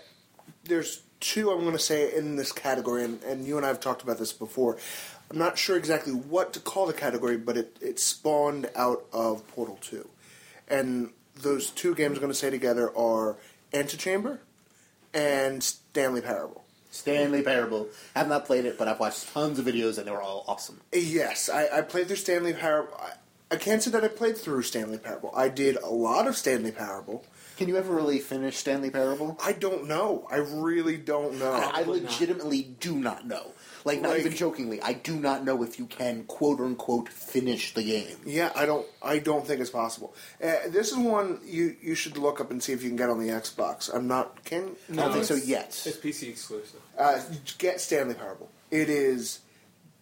Speaker 8: there's two I'm going to say in this category, and, and you and I have talked about this before. I'm not sure exactly what to call the category, but it, it spawned out of Portal 2. And those two games I'm going to say together are Antichamber and Stanley Parable.
Speaker 6: Stanley Parable. I've not played it, but I've watched tons of videos, and they were all awesome.
Speaker 8: Yes, I, I played through Stanley Parable. I, I can't say that I played through Stanley Parable. I did a lot of Stanley Parable.
Speaker 6: Can you ever really finish Stanley Parable?
Speaker 8: I don't know. I really don't know.
Speaker 6: I, legitimately do not know. Like, not
Speaker 8: Like-
Speaker 6: even jokingly, I do not know if you can quote unquote finish the game.
Speaker 8: Yeah, I don't. I don't think it's possible. Uh, this is one you you should look up and see if you can get on the Xbox. I'm not. Can
Speaker 6: I don't think so yet.
Speaker 12: PC exclusive.
Speaker 8: uh, get Stanley Parable. It is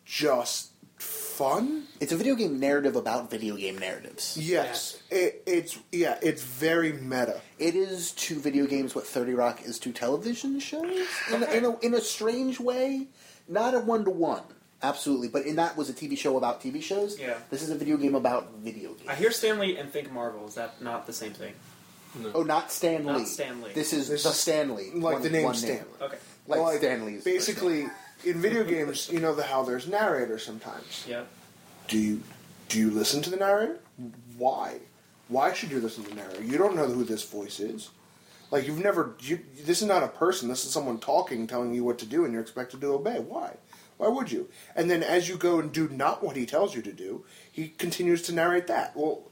Speaker 8: just fun.
Speaker 6: It's a video game narrative about video game narratives.
Speaker 8: Yes, It, it's yeah. It's very meta.
Speaker 6: It is to video games what 30 Rock is to television shows in a, in a, in a strange way. Not a one to one, absolutely, but in that was a TV show about TV shows.
Speaker 10: Yeah.
Speaker 6: This is a video game about video games.
Speaker 10: I hear Stanley and think Marvel. Is that not the same thing?
Speaker 6: Oh, not Stan Lee.
Speaker 10: Not Stan Lee.
Speaker 6: This is
Speaker 8: This
Speaker 6: the
Speaker 8: is
Speaker 6: Stanley.
Speaker 8: like the name Stan.
Speaker 10: Okay.
Speaker 6: Like, Stan Lee's.
Speaker 8: Basically, in video games, you know the how there's narrators sometimes.
Speaker 10: Yeah.
Speaker 8: Do you do you listen to the narrator? Why? Why should you listen to the narrator? You don't know who this voice is. Like you've never. You, this is not a person. This is someone talking, telling you what to do, and you're expected to obey. Why? Why would you? And then as you go and do not what he tells you to do, he continues to narrate that. Well,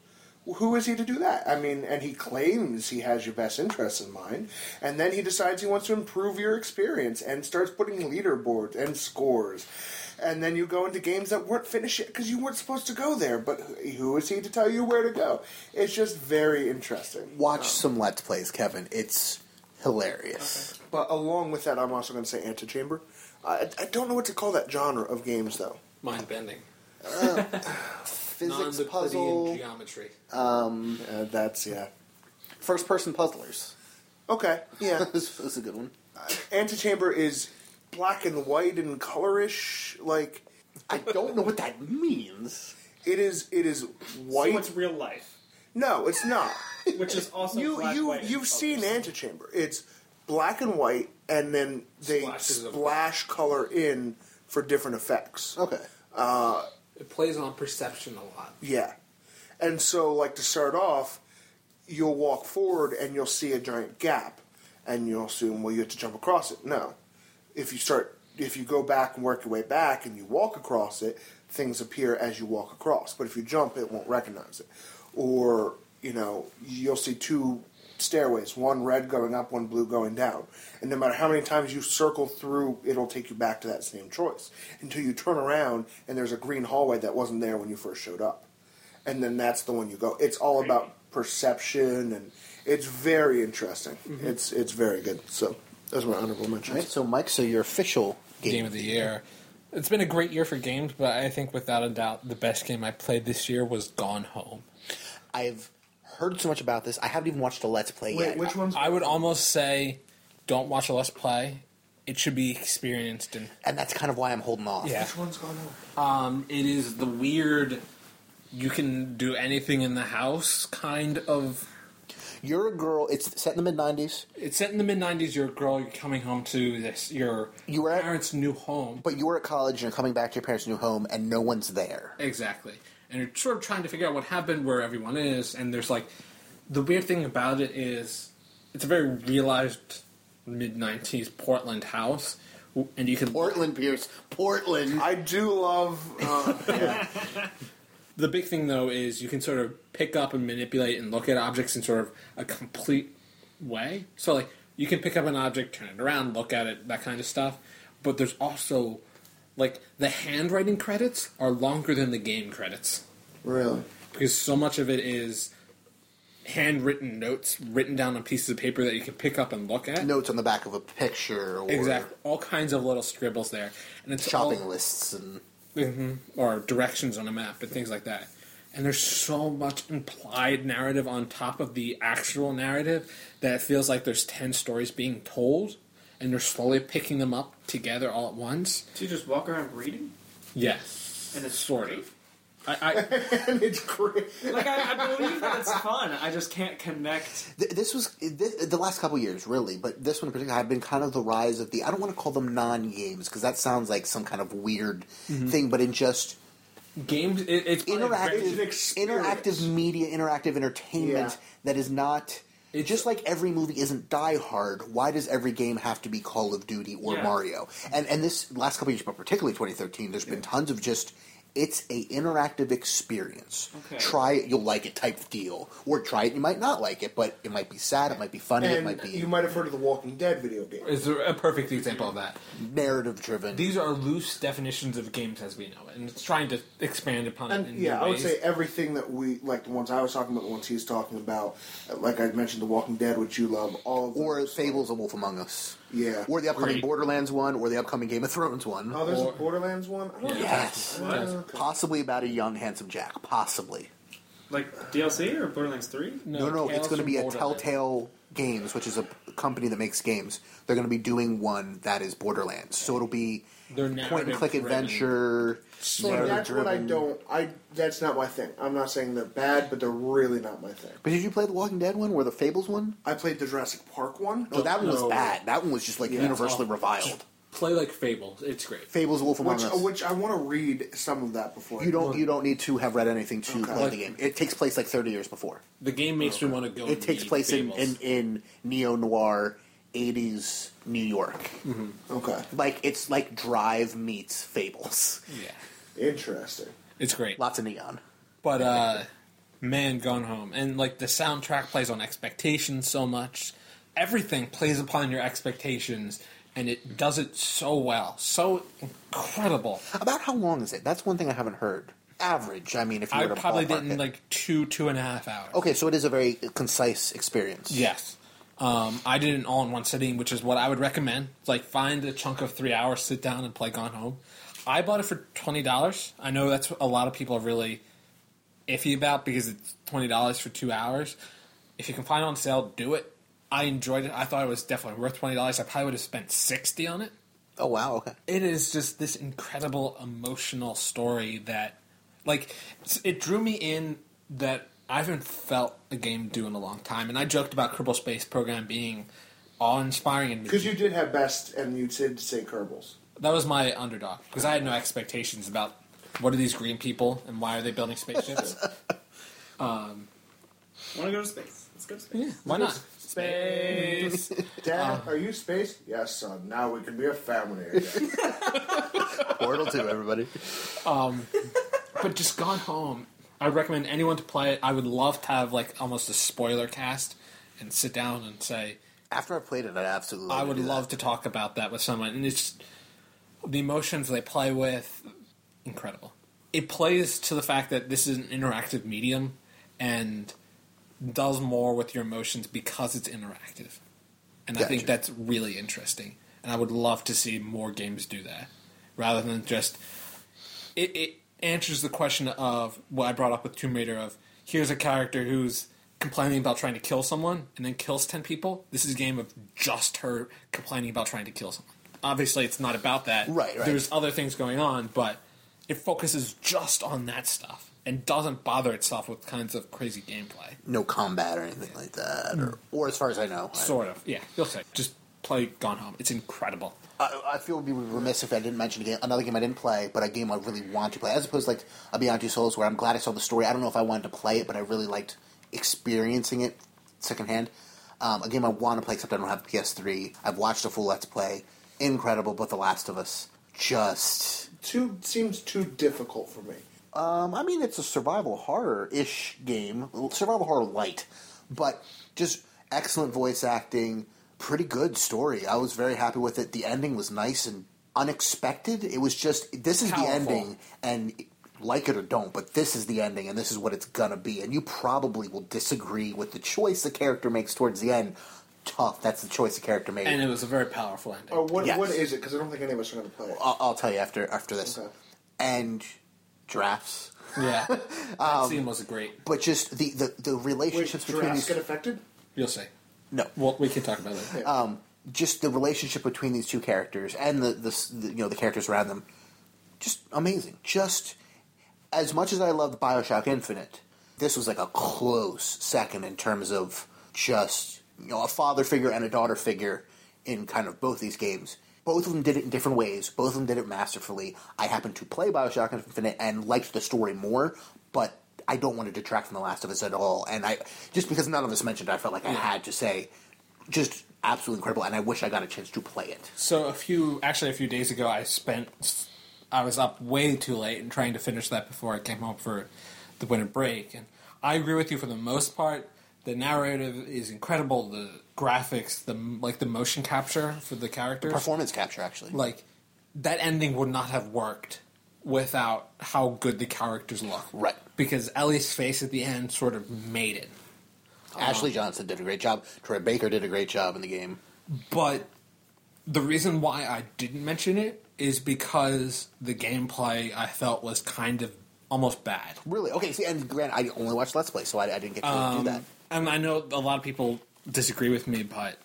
Speaker 8: who is he to do that? I mean, and he claims he has your best interests in mind, and then he decides he wants to improve your experience and starts putting leaderboards and scores. And then you go into games that weren't finished yet because you weren't supposed to go there. But who is he to tell you where to go? It's just very interesting.
Speaker 6: watch
Speaker 10: Oh.
Speaker 6: some Let's Plays, Kevin. It's hilarious.
Speaker 8: But along with that, I'm also going to say Antichamber. I, I don't know what to call that genre of games, though.
Speaker 5: mind bending,
Speaker 6: Physics puzzle,
Speaker 5: geometry.
Speaker 8: Uh, that's, yeah.
Speaker 6: first person puzzlers.
Speaker 8: Okay, yeah.
Speaker 6: this this is a good one.
Speaker 8: Antichamber is black and white and colorish. Like,
Speaker 6: I don't know what that means.
Speaker 8: it is it is white.
Speaker 10: So it's real life,
Speaker 8: no, it's not.
Speaker 10: which is also
Speaker 8: you
Speaker 10: black,
Speaker 8: you
Speaker 10: white, and
Speaker 8: you've seen
Speaker 10: colors.
Speaker 8: Antichamber. It's black and white, and then they
Speaker 5: Splashes of-
Speaker 8: splash color in for different effects.
Speaker 6: Okay.
Speaker 5: It plays on perception a lot.
Speaker 8: Yeah. And so, like, to start off, you'll walk forward and you'll see a giant gap, and you'll assume, well, you have to jump across it. No. If you start, if you go back and work your way back and you walk across it, things appear as you walk across. But if you jump, it won't recognize it. Or, you know, you'll see two stairways, one red going up, one blue going down. And no matter how many times you circle through, it'll take you back to that same choice until you turn around and there's a green hallway that wasn't there when you first showed up and then that's the one you go. It's all about perception, and It's very interesting. It's it's very good. So that's my honorable
Speaker 6: All
Speaker 8: mention.
Speaker 6: right, so Mike, so your official game,
Speaker 5: game of the year. It's been a great year for games, but I think without a doubt the best game I played this year was Gone Home.
Speaker 6: I've heard so much about this. I haven't even watched a Let's Play
Speaker 8: Wait,
Speaker 6: yet.
Speaker 8: which one's
Speaker 5: I would almost say, don't watch a Let's Play. It should be experienced in
Speaker 6: and that's kind of why I'm holding off.
Speaker 5: yeah.
Speaker 8: which one's gone on?
Speaker 5: Um, it is the weird. You can do anything in the house kind of
Speaker 6: You're a girl. It's set in the mid '90s,
Speaker 5: It's set in the mid '90s. You're a girl. You're coming home to this your
Speaker 6: You were at-
Speaker 5: parents' new home.
Speaker 6: but you're at college and you're coming back to your parents' new home, and no one's there.
Speaker 5: Exactly, and you're sort of trying to figure out what happened, where everyone is, and there's like the weird thing about it is it's a very realized mid '90s Portland house, w- and you can
Speaker 13: Portland Pierce. Portland.
Speaker 8: I do love. Uh, yeah.
Speaker 5: The big thing though is you can sort of pick up and manipulate and look at objects in sort of a complete way. So like you can pick up an object, turn it around, look at it, that kind of stuff. But there's also like the handwriting credits are longer than the game credits
Speaker 8: Really?
Speaker 5: because so much of it is handwritten notes written down on pieces of paper that you can pick up and look at.
Speaker 6: Notes on the back of a picture, or
Speaker 5: Exactly, all kinds of little scribbles there, and it's all-
Speaker 6: shopping lists, and
Speaker 5: Mm-hmm. or directions on a map and things like that. And there's so much implied narrative on top of the actual narrative that it feels like there's 10 stories being told and you're slowly picking them up together all at once.
Speaker 10: Do you just walk around reading?
Speaker 5: Yes.
Speaker 10: And it's
Speaker 5: sort of. I, I,
Speaker 8: and it's great.
Speaker 10: Like, I, I believe that it's fun. I just can't connect.
Speaker 6: Th- this was th- the last couple years, really, but this one in particular had been kind of the rise of the. I don't want to call them non-games because that sounds like some kind of weird thing, but in just
Speaker 5: games, it, it's probably very-
Speaker 6: interactive,
Speaker 8: It's an experience.
Speaker 6: interactive media, interactive entertainment
Speaker 8: Yeah.
Speaker 6: that is not.
Speaker 5: It's-
Speaker 6: just like every movie isn't Die Hard, why does every game have to be Call of Duty or
Speaker 10: Yeah.
Speaker 6: Mario? And and this last couple years, but particularly 2013, there's been tons of just it's a interactive experience.
Speaker 10: Okay.
Speaker 6: Try it, you'll like it type of deal, or try it, you might not like it, but it might be sad, it might be funny, it
Speaker 8: And
Speaker 6: might be
Speaker 8: you might have heard of the Walking Dead video game.
Speaker 5: Is there a perfect example of that?
Speaker 6: narrative driven.
Speaker 5: These are loose definitions of games as we know it, and it's trying to expand upon it.
Speaker 8: And
Speaker 5: In
Speaker 8: yeah,
Speaker 5: new
Speaker 8: I would
Speaker 5: ways.
Speaker 8: say everything that we like the ones I was talking about, the ones he's talking about, like I mentioned, The Walking Dead, which you love, all of them.
Speaker 6: or Fables of Wolf Among Us.
Speaker 8: Yeah.
Speaker 6: Or the upcoming
Speaker 5: Great.
Speaker 6: Borderlands one, or the upcoming Game of Thrones one.
Speaker 8: Oh, there's
Speaker 5: Or-
Speaker 8: a Borderlands one. I don't know.
Speaker 6: Yes.
Speaker 8: Uh,
Speaker 6: Possibly about a young, handsome Jack. Possibly.
Speaker 14: Like DLC or Borderlands Three?
Speaker 6: No, no,
Speaker 5: Tales
Speaker 6: it's going to
Speaker 5: from
Speaker 6: be a
Speaker 5: Borderlands.
Speaker 6: Telltale Games, which is a company that makes games. They're going to be doing one that is Borderlands. So it'll be
Speaker 5: They're
Speaker 6: point and click
Speaker 5: narrative-driven.
Speaker 6: adventure.
Speaker 8: So that's what I
Speaker 6: narrative-driven.
Speaker 8: don't. I that's not my thing. I'm not saying they're bad, but they're really not my thing.
Speaker 6: But did you play the Walking Dead one or the Fables one?
Speaker 8: I played the Jurassic Park one.
Speaker 6: No, that one was
Speaker 5: No.
Speaker 6: bad. That one was just like
Speaker 8: Yeah,
Speaker 6: universally
Speaker 5: it's
Speaker 6: reviled.
Speaker 5: Play like Fable. It's great.
Speaker 6: Fables Wolf Among
Speaker 8: which uh,
Speaker 6: Us.
Speaker 8: which I want to read some of that before.
Speaker 6: you don't you don't need to have read anything to
Speaker 8: Okay.
Speaker 6: play
Speaker 5: Like-
Speaker 6: the game. It takes place like thirty years before.
Speaker 5: The game makes me want to go.
Speaker 6: It takes
Speaker 5: read
Speaker 6: place in,
Speaker 5: Fables.
Speaker 6: in, in neo noir eighties New York.
Speaker 8: Okay,
Speaker 6: Like it's like Drive meets Fables.
Speaker 5: yeah,
Speaker 8: interesting.
Speaker 5: it's great.
Speaker 6: Lots of neon.
Speaker 5: But uh, man, Gone Home and like the soundtrack plays on expectations so much. Everything plays upon your expectations, and it does it so well, so incredible.
Speaker 6: About how long is it? That's one thing I haven't heard. Average. I mean, if you
Speaker 5: I
Speaker 6: were to
Speaker 5: probably
Speaker 6: ballpark
Speaker 5: didn't
Speaker 6: it.
Speaker 5: like two two and a half hours.
Speaker 6: Okay, so it is a very concise experience.
Speaker 5: Yes. Um, I did it all in one sitting, which is what I would recommend. It's Like, find a chunk of three hours, sit down, and play Gone Home. I bought it for twenty dollars. I know that's what a lot of people are really iffy about because it's twenty dollars for two hours. If you can find it on sale, do it. I enjoyed it. I thought it was definitely worth twenty dollars. I probably would have spent sixty on it.
Speaker 6: Oh wow. Okay.
Speaker 5: It is just this incredible emotional story that, like, it's- it drew me in that I haven't felt a game do in a long time. And I joked about Kerbal Space Program being awe inspiring and
Speaker 8: Because you did have best, and you did say Kerbals.
Speaker 5: that was my underdog because I had no expectations about what are these green people and why are they building spaceships? Um,
Speaker 14: Want to go to space? Let's go to space.
Speaker 5: yeah, why not?
Speaker 8: Space.
Speaker 6: Uh-huh.
Speaker 8: Dad, are you space? Yes, son. Now we can be a family again.
Speaker 6: Portal two, everybody.
Speaker 5: but just Gone Home, I would recommend anyone to play it. I would love to have like almost a spoiler cast and sit down and say,
Speaker 6: After I played it, I absolutely.
Speaker 5: I would
Speaker 6: do that.
Speaker 5: love to talk about that with someone. And it's the emotions they play with, incredible. It plays to the fact that this is an interactive medium, and does more with your emotions because it's interactive. And I
Speaker 9: Gotcha.
Speaker 5: think that's really interesting. And I would love to see more games do that rather than just. It, it answers the question of what I brought up with Tomb Raider of here's a character who's complaining about trying to kill someone and then kills 10 people. This is a game of just her complaining about trying to kill someone. Obviously, it's not about that.
Speaker 9: Right, right.
Speaker 5: There's other things going on, but it focuses just on that stuff and doesn't bother itself with kinds of crazy gameplay.
Speaker 6: No combat or anything like that, or, or as far as I know. I-
Speaker 5: Sort of. Yeah, you'll say. Just play Gone Home. It's incredible.
Speaker 6: I, I feel it would be remiss if I didn't mention a game, another game I didn't play, but a game I really want to play. As opposed to like a Beyond Two Souls, where I'm glad I saw the story. I don't know if I wanted to play it, but I really liked experiencing it secondhand. Um, a game I want to play, except I don't have PS3. I've watched a full Let's Play. Incredible, but The Last of Us just.
Speaker 8: Too seems too difficult for me.
Speaker 6: Um, I mean, it's a survival horror ish game, survival horror light, but just excellent voice acting, pretty good story. I was very happy with it. The ending was nice and unexpected. It was just this is
Speaker 5: Powerful.
Speaker 6: the ending, and like it or don't, but this is the ending, and this is what it's gonna be. And you probably will disagree with the choice the character makes towards the end. Tough. That's the choice the character made.
Speaker 5: And it was a very powerful ending.
Speaker 8: Uh, what
Speaker 6: Yes.
Speaker 8: what is it? Because I don't think any of us are going to play it.
Speaker 6: I'll, I'll tell you after after this.
Speaker 8: Okay.
Speaker 6: And drafts.
Speaker 5: Yeah. Um, that scene was great.
Speaker 6: But just the, the, the
Speaker 8: Wait,
Speaker 6: relationships between
Speaker 8: giraffes
Speaker 6: these
Speaker 8: get affected?
Speaker 5: You'll see.
Speaker 6: no
Speaker 5: Well, we can talk about that.
Speaker 6: just the relationship between these two characters and the, the, s- the you know the characters around them, just amazing. Just as much as I loved Bioshock Infinite, this was like a close second in terms of just you know a father figure and a daughter figure in kind of both these games. Both of them did it in different ways. Both of them did it masterfully. I happened to play Bioshock Infinite and liked the story more, but I don't want to detract from The Last of Us at all. And I just because none of us mentioned, it, I felt like I had to say just absolutely incredible, and I wish I got a chance to play it.
Speaker 5: So a few, actually a few days ago, I spent, I was up way too late and trying to finish that before I came home for the winter break. And I agree with you for the most part. The narrative is incredible. The graphics, the like the motion capture for the characters,
Speaker 6: Performance capture, actually.
Speaker 5: like that ending would not have worked without how good the characters look.
Speaker 6: Right.
Speaker 5: Because Ellie's face at the end sort of made it.
Speaker 6: Ashley Johnson did a great job. Troy Baker did a great job in the game.
Speaker 5: But the reason why I didn't mention it is because the gameplay I felt was kind of almost bad.
Speaker 6: Really? Okay, see, and Grant, I only watched Let's Play, so I, I didn't get to do that.
Speaker 5: And I know a lot of people disagree with me, but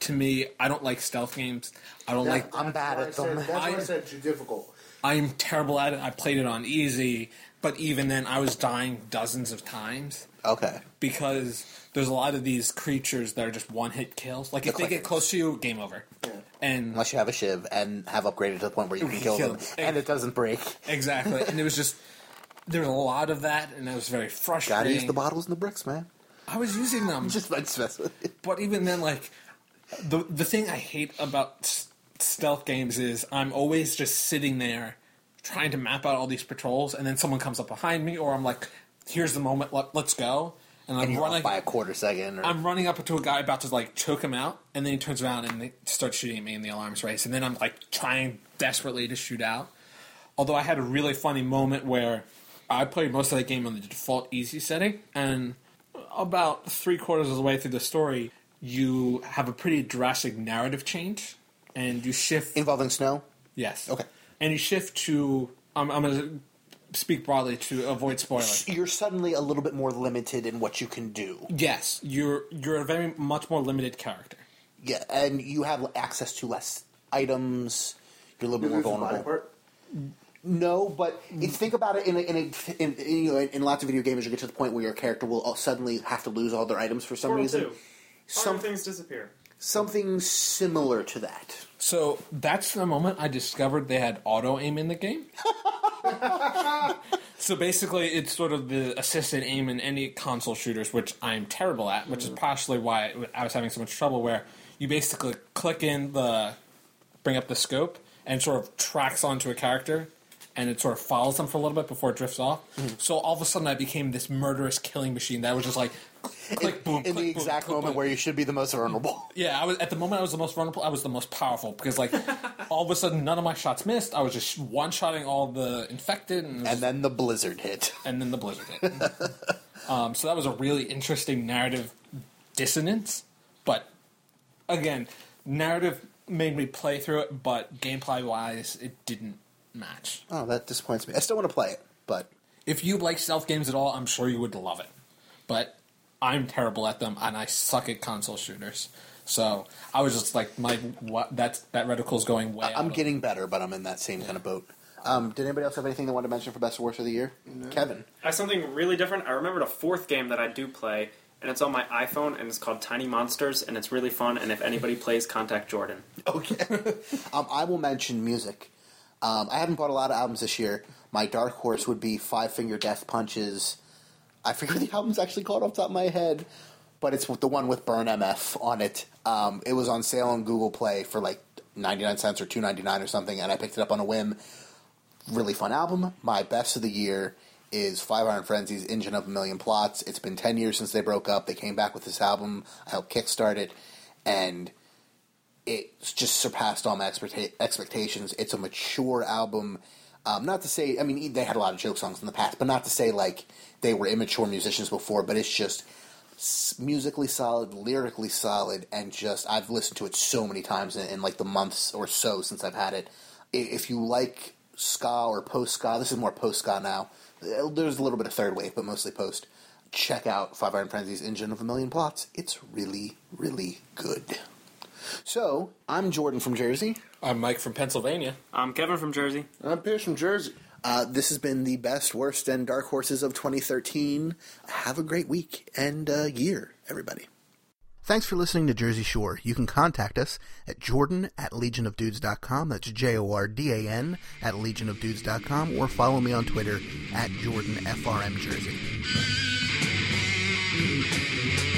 Speaker 5: to me, I don't like stealth games. I don't like.
Speaker 6: I'm bad
Speaker 8: That's
Speaker 6: at
Speaker 8: why I
Speaker 6: them.
Speaker 8: said- that's why I
Speaker 5: I-
Speaker 8: said too difficult.
Speaker 5: I'm terrible at it. I played it on easy, but even then, I was dying dozens of times.
Speaker 6: Um, Okay.
Speaker 5: because there's a lot of these creatures that are just one hit kills. Like if they get
Speaker 6: clickers.
Speaker 5: close to you, game over. And
Speaker 6: Unless you have a shiv and have upgraded to the point where you can kill
Speaker 5: Kill
Speaker 6: them,
Speaker 5: them.
Speaker 6: and it doesn't break.
Speaker 5: exactly, and it was just there was a lot of that, and that was very frustrating.
Speaker 6: Gotta use the bottles and the bricks, man.
Speaker 5: I was using them,
Speaker 6: Just like stress with it.
Speaker 5: but even then, like the the thing I hate about s- stealth games is I'm always just sitting there trying to map out all these patrols, and then someone comes up behind me, or I'm like, "Here's the moment, let, let's go," and I'm
Speaker 6: And you're
Speaker 5: running
Speaker 6: off by a quarter second. Or,
Speaker 5: I'm running up to a guy about to like choke him out, and then he turns around and they start shooting at me, and the alarms race. And then I'm like trying desperately to shoot out. Although I had a really funny moment where I played most of that game on the default easy setting, and about three quarters of the way through the story, you have a pretty drastic narrative change, and you shift
Speaker 6: Involving snow?
Speaker 5: yes,
Speaker 6: Okay.
Speaker 5: and you shift to I'm, I'm gonna speak broadly to avoid spoilers.
Speaker 6: You're suddenly a little bit more limited in what you can do.
Speaker 5: Yes, you're you're a very much more limited character.
Speaker 6: Yeah, and you have access to less items. You're a little
Speaker 8: You
Speaker 6: bit more
Speaker 8: lose the body
Speaker 6: vulnerable.
Speaker 8: part?
Speaker 6: No, but
Speaker 5: Mm.
Speaker 6: if, think about it in a, in, a, in, in, you know, in lots of video games, you get to the point where your character will all- suddenly have to lose all their items for some
Speaker 10: Portal
Speaker 6: reason.
Speaker 10: 2. Some
Speaker 6: Some-
Speaker 10: things disappear.
Speaker 6: Something similar to that.
Speaker 5: So that's the moment I discovered they had auto aim in the game. so basically, it's sort of the assisted aim in any console shooters, which I'm terrible at, which is
Speaker 6: Mm-hmm.
Speaker 5: partially why I was having so much trouble. Where you basically click in the bring up the scope and sort of tracks onto a character. And it sort of
Speaker 6: Mm-hmm.
Speaker 5: follows them for a little bit before it drifts off. So all of a sudden, I became this murderous killing machine that was just like
Speaker 6: in,
Speaker 5: click, boom,
Speaker 6: in
Speaker 5: click,
Speaker 6: the
Speaker 5: boom,
Speaker 6: exact
Speaker 5: click,
Speaker 6: moment
Speaker 5: boom.
Speaker 6: where you should be the most vulnerable.
Speaker 5: Yeah, I was at the moment I was the most vulnerable. I was the most powerful because like all of a sudden none of my shots missed. I was just one shotting all the infected, and,
Speaker 6: and
Speaker 5: and,
Speaker 6: then the blizzard hit.
Speaker 5: then the blizzard hit. um, so that was a really interesting narrative dissonance. But again, narrative made me play through it, but gameplay wise, it didn't match.
Speaker 6: Oh, that disappoints me. I still want to play it, but
Speaker 5: If you like stealth games at all, I'm sure you would love it. But I'm terrible at them, and I suck at console shooters. So I was just like, my what? That's that reticle's going way. out
Speaker 6: I'm
Speaker 5: of-
Speaker 6: getting better, but I'm in that same kind of boat. Um, did anybody else have anything they wanted to mention for best or worst of the year? Kevin.
Speaker 10: I have something really different. I remembered a fourth game that I do play, and it's on my iPhone, and it's called Tiny Monsters, and it's really fun. And if anybody plays, contact Jordan.
Speaker 6: Okay. um, I will mention music. Um, I haven't bought a lot of albums this year. My dark horse would be Five Finger Death Punches. I forget what the album's actually called off the top of my head, but it's the one with Burn MF on it. Um, it was on sale on Google Play for like 99 cents or 2.99 or something, and I picked it up on a whim. Really fun album. My best of the year is Five Iron Frenzy's Engine of a Million Plots. It's been 10 years since they broke up. They came back with this album. I helped kickstart it, and it just surpassed all my expecta- expectations. It's a mature album. Um, not to say, I mean, they had a lot of joke songs in the past, but not to say like they were immature musicians before. But it's just s- musically solid, lyrically solid, and just I've listened to it so many times in, in like the months or so since I've had it. I- If you like ska or post ska, this is more post ska now. uh, There's a little bit of third wave, but mostly post. Check out Five Iron Frenzy's Engine of a Million Plots. It's really, really good. So, I'm Jordan from Jersey.
Speaker 5: I'm Mike from Pennsylvania.
Speaker 10: I'm Kevin from Jersey.
Speaker 8: I'm Pierce from Jersey.
Speaker 6: Uh, this has been the best, worst, and dark horses of 2013. Have a great week and uh, year, everybody.
Speaker 15: Thanks for listening to Jersey Shore. You can contact us at jordan at legionofdudes.com. That's J-O-R-D-A-N at legionofdudes.com or follow me on Twitter at jordanfrmjersey.